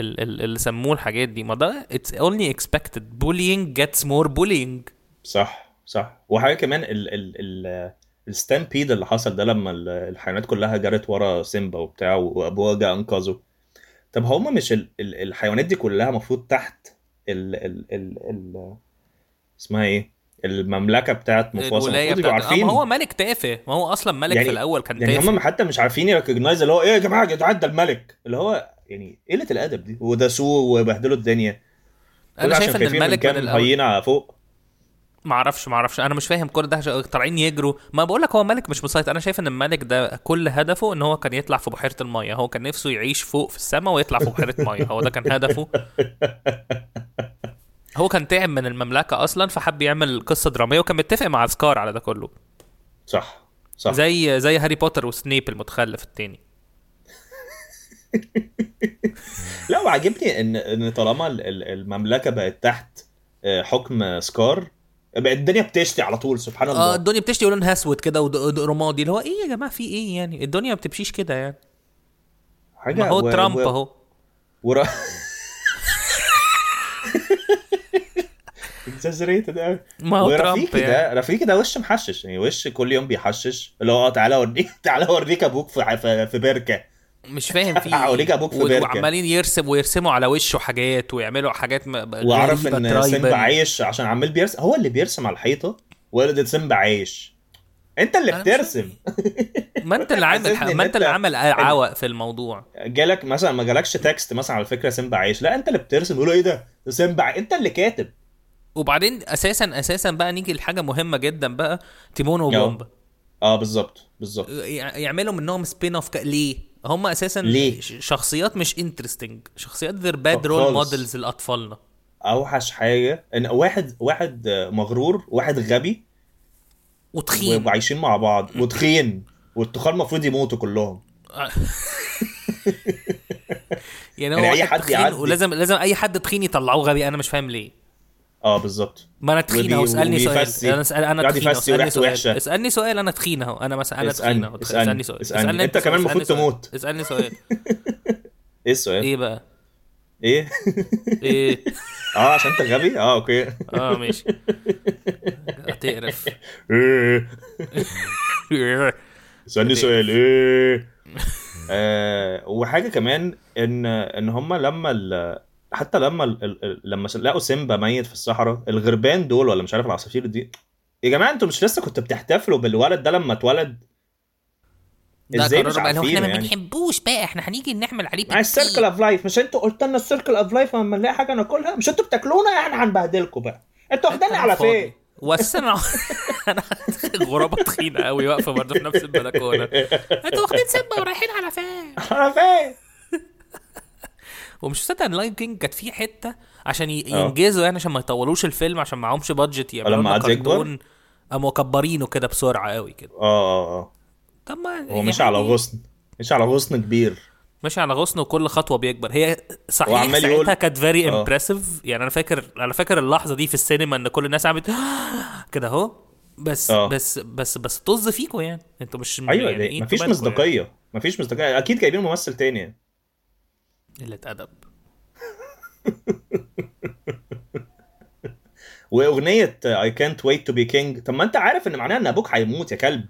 [SPEAKER 1] ال... ال... اللي سموه الحاجات دي ما ده اتس اونلي اكسبكتد بولينج جيتس مور بولينج
[SPEAKER 3] صح صح وحاجه كمان ال ال ال الستامبيد اللي حصل ده لما ال- الحيوانات كلها جرت ورا سيمبا وبتاع وابوها جه انقذه طب هما مش ال ال الحيوانات دي كلها المفروض تحت ال ال ال ال اسمها ايه المملكه بتاعت مفاصل
[SPEAKER 1] الولايه
[SPEAKER 3] المفروض يبقوا
[SPEAKER 1] بتاعت آه، ما هو
[SPEAKER 3] عارفين
[SPEAKER 1] ملك تافه ما هو اصلا ملك
[SPEAKER 3] يعني-
[SPEAKER 1] في الاول كان
[SPEAKER 3] يعني
[SPEAKER 1] تافه
[SPEAKER 3] هم حتى مش عارفين يريكوجنايز اللي هو ايه يا جماعه يا جدعان ده الملك اللي هو يعني قله الادب دي ودسوه وبهدلوا الدنيا كل
[SPEAKER 1] انا
[SPEAKER 3] عشان
[SPEAKER 1] شايف ان
[SPEAKER 3] خايفين من
[SPEAKER 1] الملك من
[SPEAKER 3] كام
[SPEAKER 1] الاول
[SPEAKER 3] هينه فوق
[SPEAKER 1] ما اعرفش ما اعرفش انا مش فاهم كل ده عشان طالعين يجروا ما بقول لك هو ملك مش مسيطر انا شايف ان الملك ده كل هدفه ان هو كان يطلع في بحيره المايه هو كان نفسه يعيش فوق في السماء ويطلع في بحيره مايه هو ده كان
[SPEAKER 3] [laughs]
[SPEAKER 1] هدفه هو كان تعب من المملكه اصلا فحب يعمل قصه دراميه وكان متفق مع سكار على ده كله
[SPEAKER 3] صح صح
[SPEAKER 1] زي زي هاري بوتر وسنيب المتخلف التاني
[SPEAKER 3] لا وعاجبني ان ان طالما ال- ال- المملكه بقت تحت آه، حكم سكار بقت الدنيا بتشتي على طول سبحان
[SPEAKER 1] اه
[SPEAKER 3] الله
[SPEAKER 1] الدنيا بتشتي لونها اسود كده ود- ود- رمادي اللي هو ايه يا جماعه في ايه يعني الدنيا ما بتمشيش كده يعني
[SPEAKER 3] حاجه
[SPEAKER 1] ما هو
[SPEAKER 3] و-
[SPEAKER 1] ترامب
[SPEAKER 3] و-
[SPEAKER 1] اهو
[SPEAKER 3] ورا [laughs] exaggerated قوي
[SPEAKER 1] ما هو ترامب
[SPEAKER 3] ورفيقي
[SPEAKER 1] يعني
[SPEAKER 3] ده رفيقي ده وش محشش يعني وش كل يوم بيحشش اللي هو آه، تعالى اوريك [laughs] تعالى اوريك ابوك في في- في بركه
[SPEAKER 1] مش فاهم
[SPEAKER 3] [laughs]
[SPEAKER 1] في
[SPEAKER 3] هوريك
[SPEAKER 1] ايه
[SPEAKER 3] أبوك في
[SPEAKER 1] و-
[SPEAKER 3] بركة.
[SPEAKER 1] وعمالين يرسم ويرسموا على وشه حاجات ويعملوا حاجات م...
[SPEAKER 3] واعرف
[SPEAKER 1] غريبة
[SPEAKER 3] ان
[SPEAKER 1] tribal.
[SPEAKER 3] سيمبا عايش عشان عمال بيرسم هو اللي بيرسم على الحيطه ولد سيمبا عايش انت
[SPEAKER 1] أنا
[SPEAKER 3] اللي
[SPEAKER 1] مش
[SPEAKER 3] بترسم [laughs]
[SPEAKER 1] ما انت اللي عامل
[SPEAKER 3] حاسسني إن
[SPEAKER 1] ما انت اللي
[SPEAKER 3] أنت-
[SPEAKER 1] عامل عوق في الموضوع
[SPEAKER 3] جالك مثلا ما جالكش تكست مثلا على فكره سيمبا عايش لا انت اللي بترسم يقولوا ايه ده ده سيمبا عاي- انت اللي كاتب
[SPEAKER 1] وبعدين اساسا اساسا بقى نيجي لحاجه مهمه جدا بقى تيمون
[SPEAKER 3] يو.
[SPEAKER 1] وبومبا
[SPEAKER 3] اه بالظبط بالظبط
[SPEAKER 1] يع- يعملوا منهم سبين اوف ك... ليه؟ هم اساسا
[SPEAKER 3] ليه؟
[SPEAKER 1] ش- شخصيات مش انترستنج شخصيات ذير باد
[SPEAKER 3] خ-
[SPEAKER 1] رول
[SPEAKER 3] خالص.
[SPEAKER 1] مودلز لاطفالنا
[SPEAKER 3] اوحش حاجه ان واحد واحد آه، مغرور واحد غبي و-
[SPEAKER 1] وتخين
[SPEAKER 3] وعايشين مع بعض وتخين والتخان المفروض يموتوا كلهم
[SPEAKER 1] يعني هو
[SPEAKER 3] يعني أي
[SPEAKER 1] واحد
[SPEAKER 3] حد
[SPEAKER 1] تخين
[SPEAKER 3] يعدي.
[SPEAKER 1] ولازم لازم اي حد تخين يطلعوه غبي انا مش فاهم ليه
[SPEAKER 3] اه بالظبط
[SPEAKER 1] ما انا تخين
[SPEAKER 3] وبي-
[SPEAKER 1] اهو اسالني
[SPEAKER 3] وبيفسي.
[SPEAKER 1] سؤال انا اسال انا
[SPEAKER 3] يقعد
[SPEAKER 1] تخين أهو،
[SPEAKER 3] يفسي
[SPEAKER 1] اسالني
[SPEAKER 3] وريحته
[SPEAKER 1] سؤال
[SPEAKER 3] وحشة.
[SPEAKER 1] اسالني سؤال انا تخين اهو انا مثلا انا
[SPEAKER 3] اسألني،
[SPEAKER 1] تخين اهو
[SPEAKER 3] اسألني،
[SPEAKER 1] اسالني سؤال
[SPEAKER 3] اسألني. أنت
[SPEAKER 1] سؤال،
[SPEAKER 3] كمان المفروض
[SPEAKER 1] اسألني سؤال،
[SPEAKER 3] تموت.
[SPEAKER 1] اسالني
[SPEAKER 3] [laughs]
[SPEAKER 1] سؤال
[SPEAKER 3] ايه السؤال
[SPEAKER 1] ايه بقى
[SPEAKER 3] ايه
[SPEAKER 1] ايه
[SPEAKER 3] اه عشان انت غبي اه اوكي
[SPEAKER 1] اه ماشي هتقرف
[SPEAKER 3] [laughs] إيه. اسالني سؤال
[SPEAKER 1] [laughs]
[SPEAKER 3] ايه آه وحاجه كمان ان ان هم لما ال- حتى لما ال- ال- ال- لما س- لقوا سيمبا ميت في الصحراء الغربان دول ولا مش عارف العصافير دي يا جماعه انتوا مش لسه كنتوا بتحتفلوا بالولد ده لما اتولد
[SPEAKER 1] ده
[SPEAKER 3] ازاي مش
[SPEAKER 1] قرار بقى اللي هو احنا
[SPEAKER 3] عارفينه
[SPEAKER 1] ما
[SPEAKER 3] يعني
[SPEAKER 1] بنحبوش بقى احنا هنيجي نعمل عليه
[SPEAKER 3] مع السيركل اوف لايف مش انتوا قلت لنا السيركل اوف لايف لما نلاقي حاجه ناكلها مش انتوا بتاكلونا يعني هنبهدلكم بقى انتوا واخديننا على فين
[SPEAKER 1] واساسا [laughs] انا غرابه تخينه قوي واقفه برضه في نفس
[SPEAKER 3] [laughs]
[SPEAKER 1] البلكونه انتوا واخدين سبه ورايحين على فين
[SPEAKER 3] على فين
[SPEAKER 1] ومش مصدق ان لاين كينج كانت في حته عشان ي-
[SPEAKER 3] اه.
[SPEAKER 1] ينجزوا يعني عشان ما يطولوش الفيلم عشان معهمش بادجت يعملوا
[SPEAKER 3] لما
[SPEAKER 1] لنا
[SPEAKER 3] عاد يكبر؟
[SPEAKER 1] كرتون قاموا مكبرينه كده بسرعه قوي كده
[SPEAKER 3] اه اه اه
[SPEAKER 1] طب ما
[SPEAKER 3] هو مش على غصن مش على غصن كبير
[SPEAKER 1] ماشي على غصن وكل خطوه بيكبر هي صحيح
[SPEAKER 3] وعمال يقول-
[SPEAKER 1] ساعتها كانت فيري
[SPEAKER 3] اه.
[SPEAKER 1] امبرسيف يعني انا فاكر انا فاكر اللحظه دي في السينما ان كل الناس عملت [gasps] كده اهو بس
[SPEAKER 3] اه.
[SPEAKER 1] بس بس بس طز فيكوا يعني انتوا مش
[SPEAKER 3] ايوه
[SPEAKER 1] يعني
[SPEAKER 3] يعني
[SPEAKER 1] انتوا
[SPEAKER 3] مفيش
[SPEAKER 1] مالكوا يعني؟
[SPEAKER 3] مصداقيه مفيش مصداقيه اكيد جايبين ممثل تاني يعني
[SPEAKER 1] قله ادب
[SPEAKER 3] واغنيه اي كانت ويت تو بي كينج طب ما انت عارف ان معناها ان ابوك هيموت يا كلب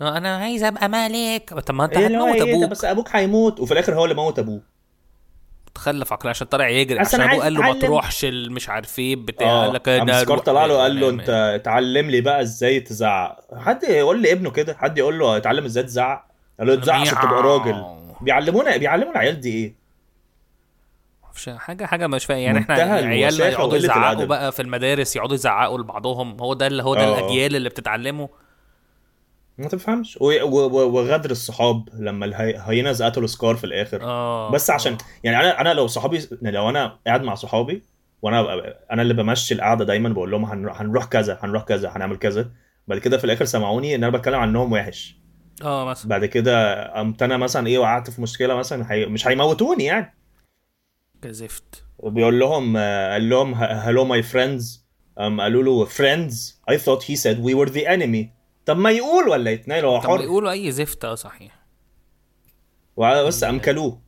[SPEAKER 1] اه، انا عايز ابقى ملك طب ما انت
[SPEAKER 3] إيه اللي هو
[SPEAKER 1] هتموت
[SPEAKER 3] إيه ده؟
[SPEAKER 1] ابوك
[SPEAKER 3] بس ابوك هيموت وفي الاخر هو اللي موت ابوه
[SPEAKER 1] تخلف عقلي عشان طالع يجري
[SPEAKER 3] أصل
[SPEAKER 1] عشان ابوه
[SPEAKER 3] أنا عايز
[SPEAKER 1] قال له ما
[SPEAKER 3] أتعلم.
[SPEAKER 1] تروحش مش عارف ايه بتاع
[SPEAKER 3] اه
[SPEAKER 1] قال لك انا
[SPEAKER 3] قام سكار
[SPEAKER 1] أروح.
[SPEAKER 3] طلع له قال له
[SPEAKER 1] يعني-
[SPEAKER 3] انت اتعلم لي بقى ازاي تزعق حد يقول لابنه كده حد يقول له اتعلم ازاي تزعق قال له تزعق عشان تبقى راجل بيعلمونا بيعلموا العيال دي ايه
[SPEAKER 1] مش- حاجه حاجه مش فاهم يعني احنا
[SPEAKER 3] منتهى
[SPEAKER 1] عيالنا
[SPEAKER 3] الوساخة
[SPEAKER 1] يقعدوا
[SPEAKER 3] وقلة
[SPEAKER 1] يزعقوا
[SPEAKER 3] الأدب.
[SPEAKER 1] بقى في المدارس يقعدوا يزعقوا لبعضهم هو ده اللي هو ده
[SPEAKER 3] اه.
[SPEAKER 1] الاجيال اللي بتتعلمه
[SPEAKER 3] ما تفهمش و- و- و- وغدر الصحاب لما الهينز قتلوا سكار في الاخر
[SPEAKER 1] اه
[SPEAKER 3] بس عشان يعني انا انا لو صحابي لو انا قاعد مع صحابي وانا ببقى- انا اللي بمشي القعده دايما بقول لهم هنرو- هنروح كذا هنروح كذا هنعمل كذا بعد كده في الاخر سمعوني ان انا بتكلم عنهم وحش
[SPEAKER 1] اه مثلا
[SPEAKER 3] بعد كده قمت انا مثلا ايه وقعت في مشكله مثلا هي... مش هيموتوني يعني
[SPEAKER 1] كزفت
[SPEAKER 3] وبيقول لهم آه، قال لهم هلو ماي فريندز قام قالوا له فريندز اي ثوت هي سيد وي ور ذا انمي طب ما يقول ولا يتنايل هو
[SPEAKER 1] طب
[SPEAKER 3] حر
[SPEAKER 1] يقولوا اي زفت اه صحيح
[SPEAKER 3] وعلى- بس قام كلوه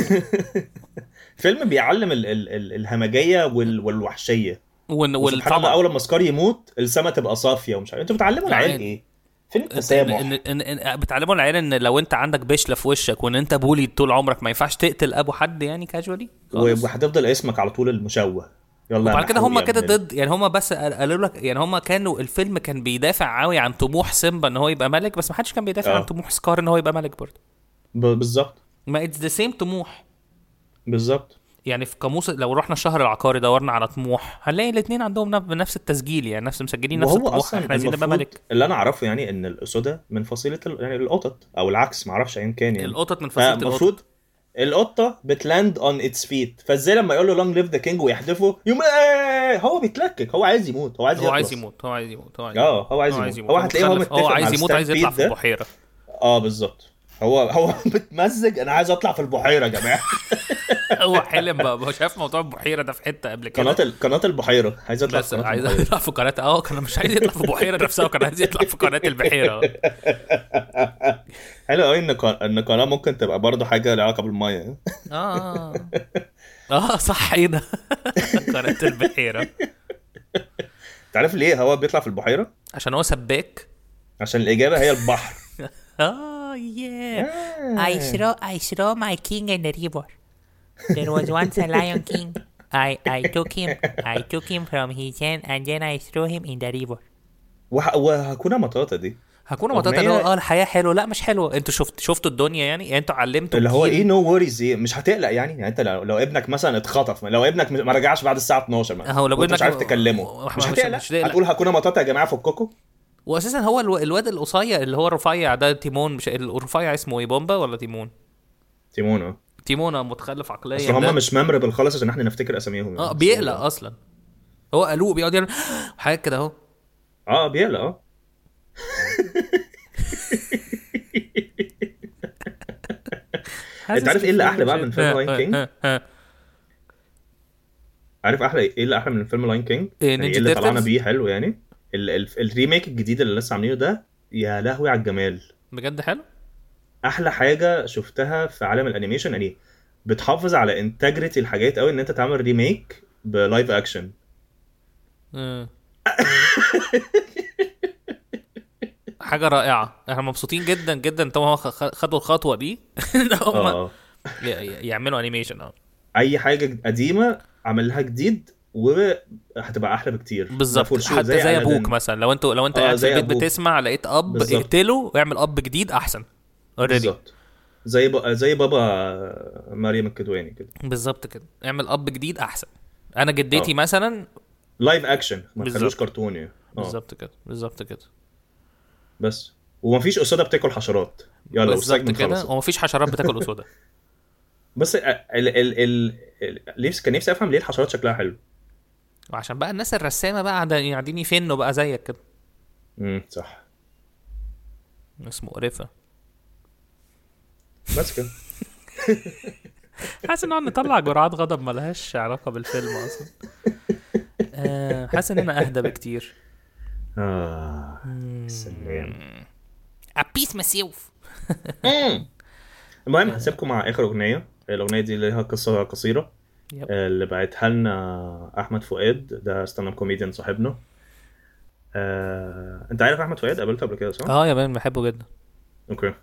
[SPEAKER 3] [laughs] فيلم بيعلم ال ال ال الهمجيه وال والوحشيه
[SPEAKER 1] وإن-
[SPEAKER 3] سبحان
[SPEAKER 1] [laughs]
[SPEAKER 3] الله
[SPEAKER 1] والطمع
[SPEAKER 3] اول ما سكار يموت السما تبقى صافيه ومش عارف انتوا بتعلموا العيال
[SPEAKER 1] العيال.
[SPEAKER 3] ايه؟ فين
[SPEAKER 1] إن-
[SPEAKER 3] التسامح؟
[SPEAKER 1] إن إن إن بتعلموا العيال ان لو انت عندك بشله في وشك وان انت بولي طول عمرك ما ينفعش تقتل ابو حد يعني كاجوالي
[SPEAKER 3] و- وهتفضل اسمك على طول المشوه يلا
[SPEAKER 1] وبعد كده هم كده
[SPEAKER 3] ضد
[SPEAKER 1] ضد يعني هم بس قال- قالوا لك يعني هم كانوا الفيلم كان بيدافع قوي عن طموح سيمبا ان هو يبقى ملك بس ما حدش كان بيدافع
[SPEAKER 3] آه.
[SPEAKER 1] عن طموح سكار ان هو يبقى ملك برضه
[SPEAKER 3] بالظبط
[SPEAKER 1] ما اتس ذا سيم طموح
[SPEAKER 3] بالظبط
[SPEAKER 1] يعني في قاموس لو رحنا الشهر العقاري دورنا على طموح هنلاقي الاثنين عندهم نف- نفس التسجيل يعني نفس مسجلين نفس
[SPEAKER 3] وهو
[SPEAKER 1] الطموح
[SPEAKER 3] اصلا
[SPEAKER 1] احنا عايزين نبقى
[SPEAKER 3] المفروض
[SPEAKER 1] ملك
[SPEAKER 3] اللي انا اعرفه يعني ان الاسوده من فصيله ال... يعني القطط او العكس معرفش ايا كان يعني
[SPEAKER 1] القطط من فصيله القطط
[SPEAKER 3] المفروض القطه بتلاند اون اتس فيت فازاي لما يقول له لونج ليف ذا كينج ويحدفه يوم آه هو بيتلكك هو عايز يموت هو عايز
[SPEAKER 1] هو عايز
[SPEAKER 3] يخلص.
[SPEAKER 1] يموت هو عايز يموت هو عايز يموت
[SPEAKER 3] اه هو عايز
[SPEAKER 1] هو عايز
[SPEAKER 3] يموت هو هتلاقيه هو
[SPEAKER 1] متخلف.
[SPEAKER 3] متفق
[SPEAKER 1] هو
[SPEAKER 3] مع
[SPEAKER 1] عايز يموت عايز يطلع
[SPEAKER 3] الستان بيت
[SPEAKER 1] في
[SPEAKER 3] ده.
[SPEAKER 1] البحيره
[SPEAKER 3] اه بالظبط هو هو [laughs] متمزج انا عايز اطلع في البحيره يا
[SPEAKER 1] [laughs]
[SPEAKER 3] جماعه
[SPEAKER 1] هو حلم بقى هو شاف موضوع البحيره ده في حته قبل كده
[SPEAKER 3] قناه ال- قناه البحيره عايز اطلع
[SPEAKER 1] بس
[SPEAKER 3] في قناه
[SPEAKER 1] عايز
[SPEAKER 3] البحيره
[SPEAKER 1] يطلع في قناه اه كان مش عايز يطلع في بحيره نفسها وكان عايز يطلع في قناه البحيره
[SPEAKER 3] حلو قوي ان قن- ان قناه ممكن تبقى برضه حاجه لها علاقه بالميه
[SPEAKER 1] اه اه صح ايه [laughs] ده قناه البحيره
[SPEAKER 3] انت عارف ليه هو بيطلع في البحيره
[SPEAKER 1] عشان هو سباك
[SPEAKER 3] عشان الاجابه هي البحر
[SPEAKER 1] اه yeah I saw I saw my king in the river there was once a lion king I I took him I took him from his hand and then I threw him in the river
[SPEAKER 3] وه- وهكونا مطاطا دي
[SPEAKER 1] هكون مطاطا اللي هو
[SPEAKER 3] أغنية-
[SPEAKER 1] اه الحياه حلوه لا مش حلوه انتوا شفت شفتوا الدنيا يعني يعني انتوا علمتوا
[SPEAKER 3] اللي هو
[SPEAKER 1] الجيل-
[SPEAKER 3] ايه نو وريز ايه مش هتقلق يعني يعني انت لو, لو ابنك مثلا اتخطف لو ابنك ما رجعش بعد الساعه 12 مثلا
[SPEAKER 1] هو لو
[SPEAKER 3] وأنت مش
[SPEAKER 1] ابنك-
[SPEAKER 3] عارف تكلمه
[SPEAKER 1] مش-
[SPEAKER 3] مش
[SPEAKER 1] مش
[SPEAKER 3] هتقلق
[SPEAKER 1] هتقلق.
[SPEAKER 3] هتقول هكونا مطاطا يا جماعه فككوا
[SPEAKER 1] واساسا هو الو- الواد القصير اللي هو الرفيع ده تيمون مش الرفيع اسمه ايه بومبا ولا تيمون؟
[SPEAKER 3] تيمون اه
[SPEAKER 1] تيمون متخلف عقليا
[SPEAKER 3] اصل
[SPEAKER 1] إيه، ده.
[SPEAKER 3] هم مش ممربل خالص عشان احنا نفتكر اساميهم
[SPEAKER 1] اه
[SPEAKER 3] يعني.
[SPEAKER 1] بيقلق اصلا هو قلوق بيقعد يعمل [gasps] حاجات كده اهو
[SPEAKER 3] اه بيقلق اه انت عارف ايه اللي احلى بقى من فيلم لاين كينج؟ عارف احلى ايه اللي احلى من فيلم لاين كينج؟
[SPEAKER 1] إيه،
[SPEAKER 3] يعني
[SPEAKER 1] نينجا
[SPEAKER 3] ايه اللي طلعنا
[SPEAKER 1] تيرتلز؟
[SPEAKER 3] بيه حلو يعني ال- ال- الريميك الجديد اللي لسه عاملينه ده يا لهوي على الجمال
[SPEAKER 1] بجد حلو؟
[SPEAKER 3] احلى حاجه شفتها في عالم الانيميشن يعني بتحافظ على انتجريتي الحاجات قوي ان انت تعمل ريميك بلايف اكشن
[SPEAKER 1] مم. [laughs] حاجة رائعة احنا مبسوطين جدا جدا طبعا هو خ- خدوا الخطوة دي [laughs] ان هم
[SPEAKER 3] اه
[SPEAKER 1] ي- ي- يعملوا انيميشن اه
[SPEAKER 3] اي حاجه قديمه عمل لها جديد وهتبقى احلى بكتير ده for
[SPEAKER 1] بالظبط
[SPEAKER 3] sure.
[SPEAKER 1] حتى زي
[SPEAKER 3] Aladdin.
[SPEAKER 1] ابوك مثلا لو انت لو انت
[SPEAKER 3] آه،
[SPEAKER 1] قاعد في
[SPEAKER 3] زي
[SPEAKER 1] البيت
[SPEAKER 3] أبوك.
[SPEAKER 1] بتسمع لقيت اب
[SPEAKER 3] بالظبط.
[SPEAKER 1] اقتله واعمل اب جديد احسن اوريدي
[SPEAKER 3] بالظبط زي ب... زي بابا مريم الكدواني كده
[SPEAKER 1] بالظبط كده اعمل اب جديد احسن انا جدتي
[SPEAKER 3] آه.
[SPEAKER 1] مثلا
[SPEAKER 3] لايف اكشن ما
[SPEAKER 1] بالظبط.
[SPEAKER 3] تخلوش كرتوني يعني. آه،
[SPEAKER 1] بالظبط كده بالظبط كده
[SPEAKER 3] بس ومفيش اسودة بتاكل حشرات يلا
[SPEAKER 1] بالظبط
[SPEAKER 3] والسجن
[SPEAKER 1] كده
[SPEAKER 3] خلص
[SPEAKER 1] ومفيش حشرات
[SPEAKER 3] [laughs]
[SPEAKER 1] بتاكل اسوده
[SPEAKER 3] بس ال ال ال ال نفسي كان نفسي افهم ليه الحشرات شكلها حلو
[SPEAKER 1] وعشان بقى الناس الرسامه بقى قاعدين قاعدين يفنوا بقى زيك كده
[SPEAKER 3] امم صح
[SPEAKER 1] ناس مقرفه
[SPEAKER 3] بس كده
[SPEAKER 1] حاسس ان انا نطلع جرعات غضب ملهاش علاقه بالفيلم اصلا آه، حاسس ان انا اهدى بكتير
[SPEAKER 3] آه سلام
[SPEAKER 1] ابيس مسيوف
[SPEAKER 3] المهم هسيبكم مع اخر اغنيه الاغنيه دي ليها قصه قصيره
[SPEAKER 1] يب.
[SPEAKER 3] اللي بعتها لنا احمد فؤاد ده ستاند اب كوميديان صاحبنا آه، انت عارف احمد فؤاد قابلته قبل كده صح؟
[SPEAKER 1] اه يا مان بحبه جدا
[SPEAKER 3] اوكي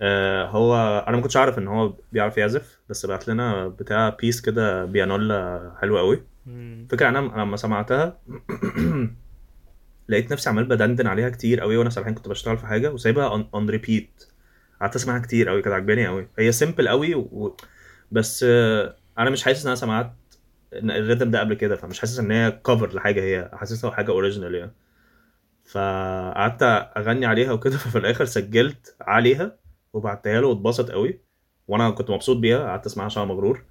[SPEAKER 3] آه هو انا ما كنتش اعرف ان هو بيعرف يعزف بس بعت لنا بتاع بيس كده بيانولا حلوه قوي
[SPEAKER 1] [laughs]
[SPEAKER 3] فكرة انا لما سمعتها [clears throat] لقيت نفسي عمال بدندن عليها كتير قوي وانا سرحان كنت بشتغل في حاجه وسايبها اون ريبيت قعدت اسمعها كتير قوي كانت عجباني قوي هي سيمبل قوي و... بس آه انا مش حاسس ان انا سمعت إن الريتم ده قبل كده فمش حاسس ان هي كفر لحاجه هي حاسسها حاجه اوريجينال يعني فقعدت اغني عليها وكده [laughs] ففي الاخر سجلت عليها وبعتها له واتبسط قوي وانا كنت مبسوط بيها قعدت اسمعها عشان أنا مغرور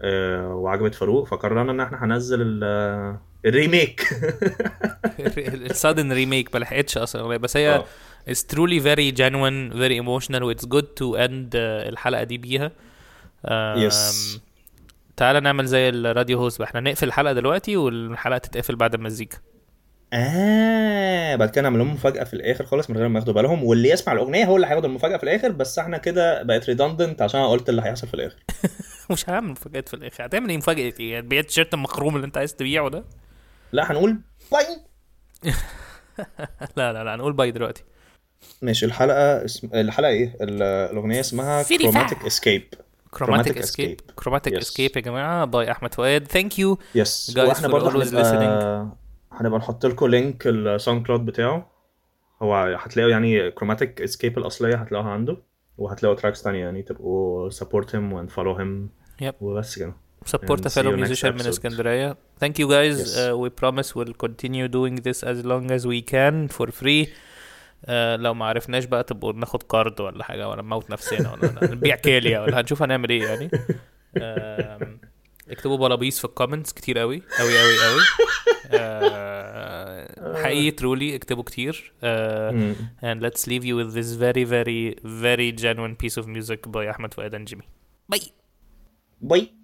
[SPEAKER 3] آه، وعجبت فاروق فقررنا ان احنا هننزل ال- آه، الريميك
[SPEAKER 1] السادن ريميك ما لحقتش اصلا الأغنية، بس هي
[SPEAKER 3] آه.
[SPEAKER 1] اتس ترولي فيري جينوين فيري آه، ايموشنال واتس جود تو اند الحلقه دي بيها آم، تعالى نعمل زي الراديو هوست بقى احنا نقفل الحلقه دلوقتي والحلقه تتقفل بعد المزيكا
[SPEAKER 3] اه بعد كده نعمل لهم مفاجاه في الاخر خالص من غير ما ياخدوا بالهم واللي يسمع الاغنيه هو اللي هياخد المفاجاه في الاخر بس احنا كده بقت ريدندنت عشان انا قلت اللي هيحصل في الاخر
[SPEAKER 1] [laughs] مش هعمل مفاجآت في الاخر هتعمل ايه مفاجاه ايه هتبيع التيشيرت المخروم اللي انت عايز تبيعه ده [laughs]
[SPEAKER 3] لا هنقول باي
[SPEAKER 1] لا لا لا هنقول باي دلوقتي
[SPEAKER 3] ماشي الحلقه اسم... الحلقه ايه ال- الاغنيه اسمها كروماتيك اسكيب
[SPEAKER 1] كروماتيك
[SPEAKER 3] Chromatic
[SPEAKER 1] اسكيب
[SPEAKER 3] Escape.
[SPEAKER 1] كروماتيك
[SPEAKER 3] Yes.
[SPEAKER 1] اسكيب يا جماعه باي احمد فؤاد ثانك يو
[SPEAKER 3] يس
[SPEAKER 1] Guys
[SPEAKER 3] واحنا
[SPEAKER 1] for
[SPEAKER 3] برضه
[SPEAKER 1] always
[SPEAKER 3] هنبقى هنبقى نحط لكم لينك الساوند كلاود بتاعه هو هتلاقوا يعني كروماتيك اسكيب الاصليه هتلاقوها عنده وهتلاقوا تراكس تانية يعني تبقوا سبورت هيم وند فولو هيم
[SPEAKER 1] Yep. [laughs]
[SPEAKER 3] وبس كده
[SPEAKER 1] support a
[SPEAKER 3] And see
[SPEAKER 1] fellow
[SPEAKER 3] you next
[SPEAKER 1] musician من
[SPEAKER 3] episode.
[SPEAKER 1] اسكندريه thank you guys
[SPEAKER 3] Yes.
[SPEAKER 1] uh, we promise we'll continue doing this as long as we can for free uh, لو ما عرفناش بقى تبقوا ناخد قرض ولا حاجه ولا نموت نفسنا ولا نبيع كاليا ولا هنشوف هنعمل ايه
[SPEAKER 3] [laughs]
[SPEAKER 1] يعني آم، اكتبوا بلابيس في الكومنتس كتير قوي قوي قوي قوي آه،
[SPEAKER 3] [laughs]
[SPEAKER 1] حقيقي ترولي اكتبوا كتير آه،
[SPEAKER 3] مم.
[SPEAKER 1] and let's leave you with this very very very genuine piece of music by Ahmed Fouad and Jimmy
[SPEAKER 3] باي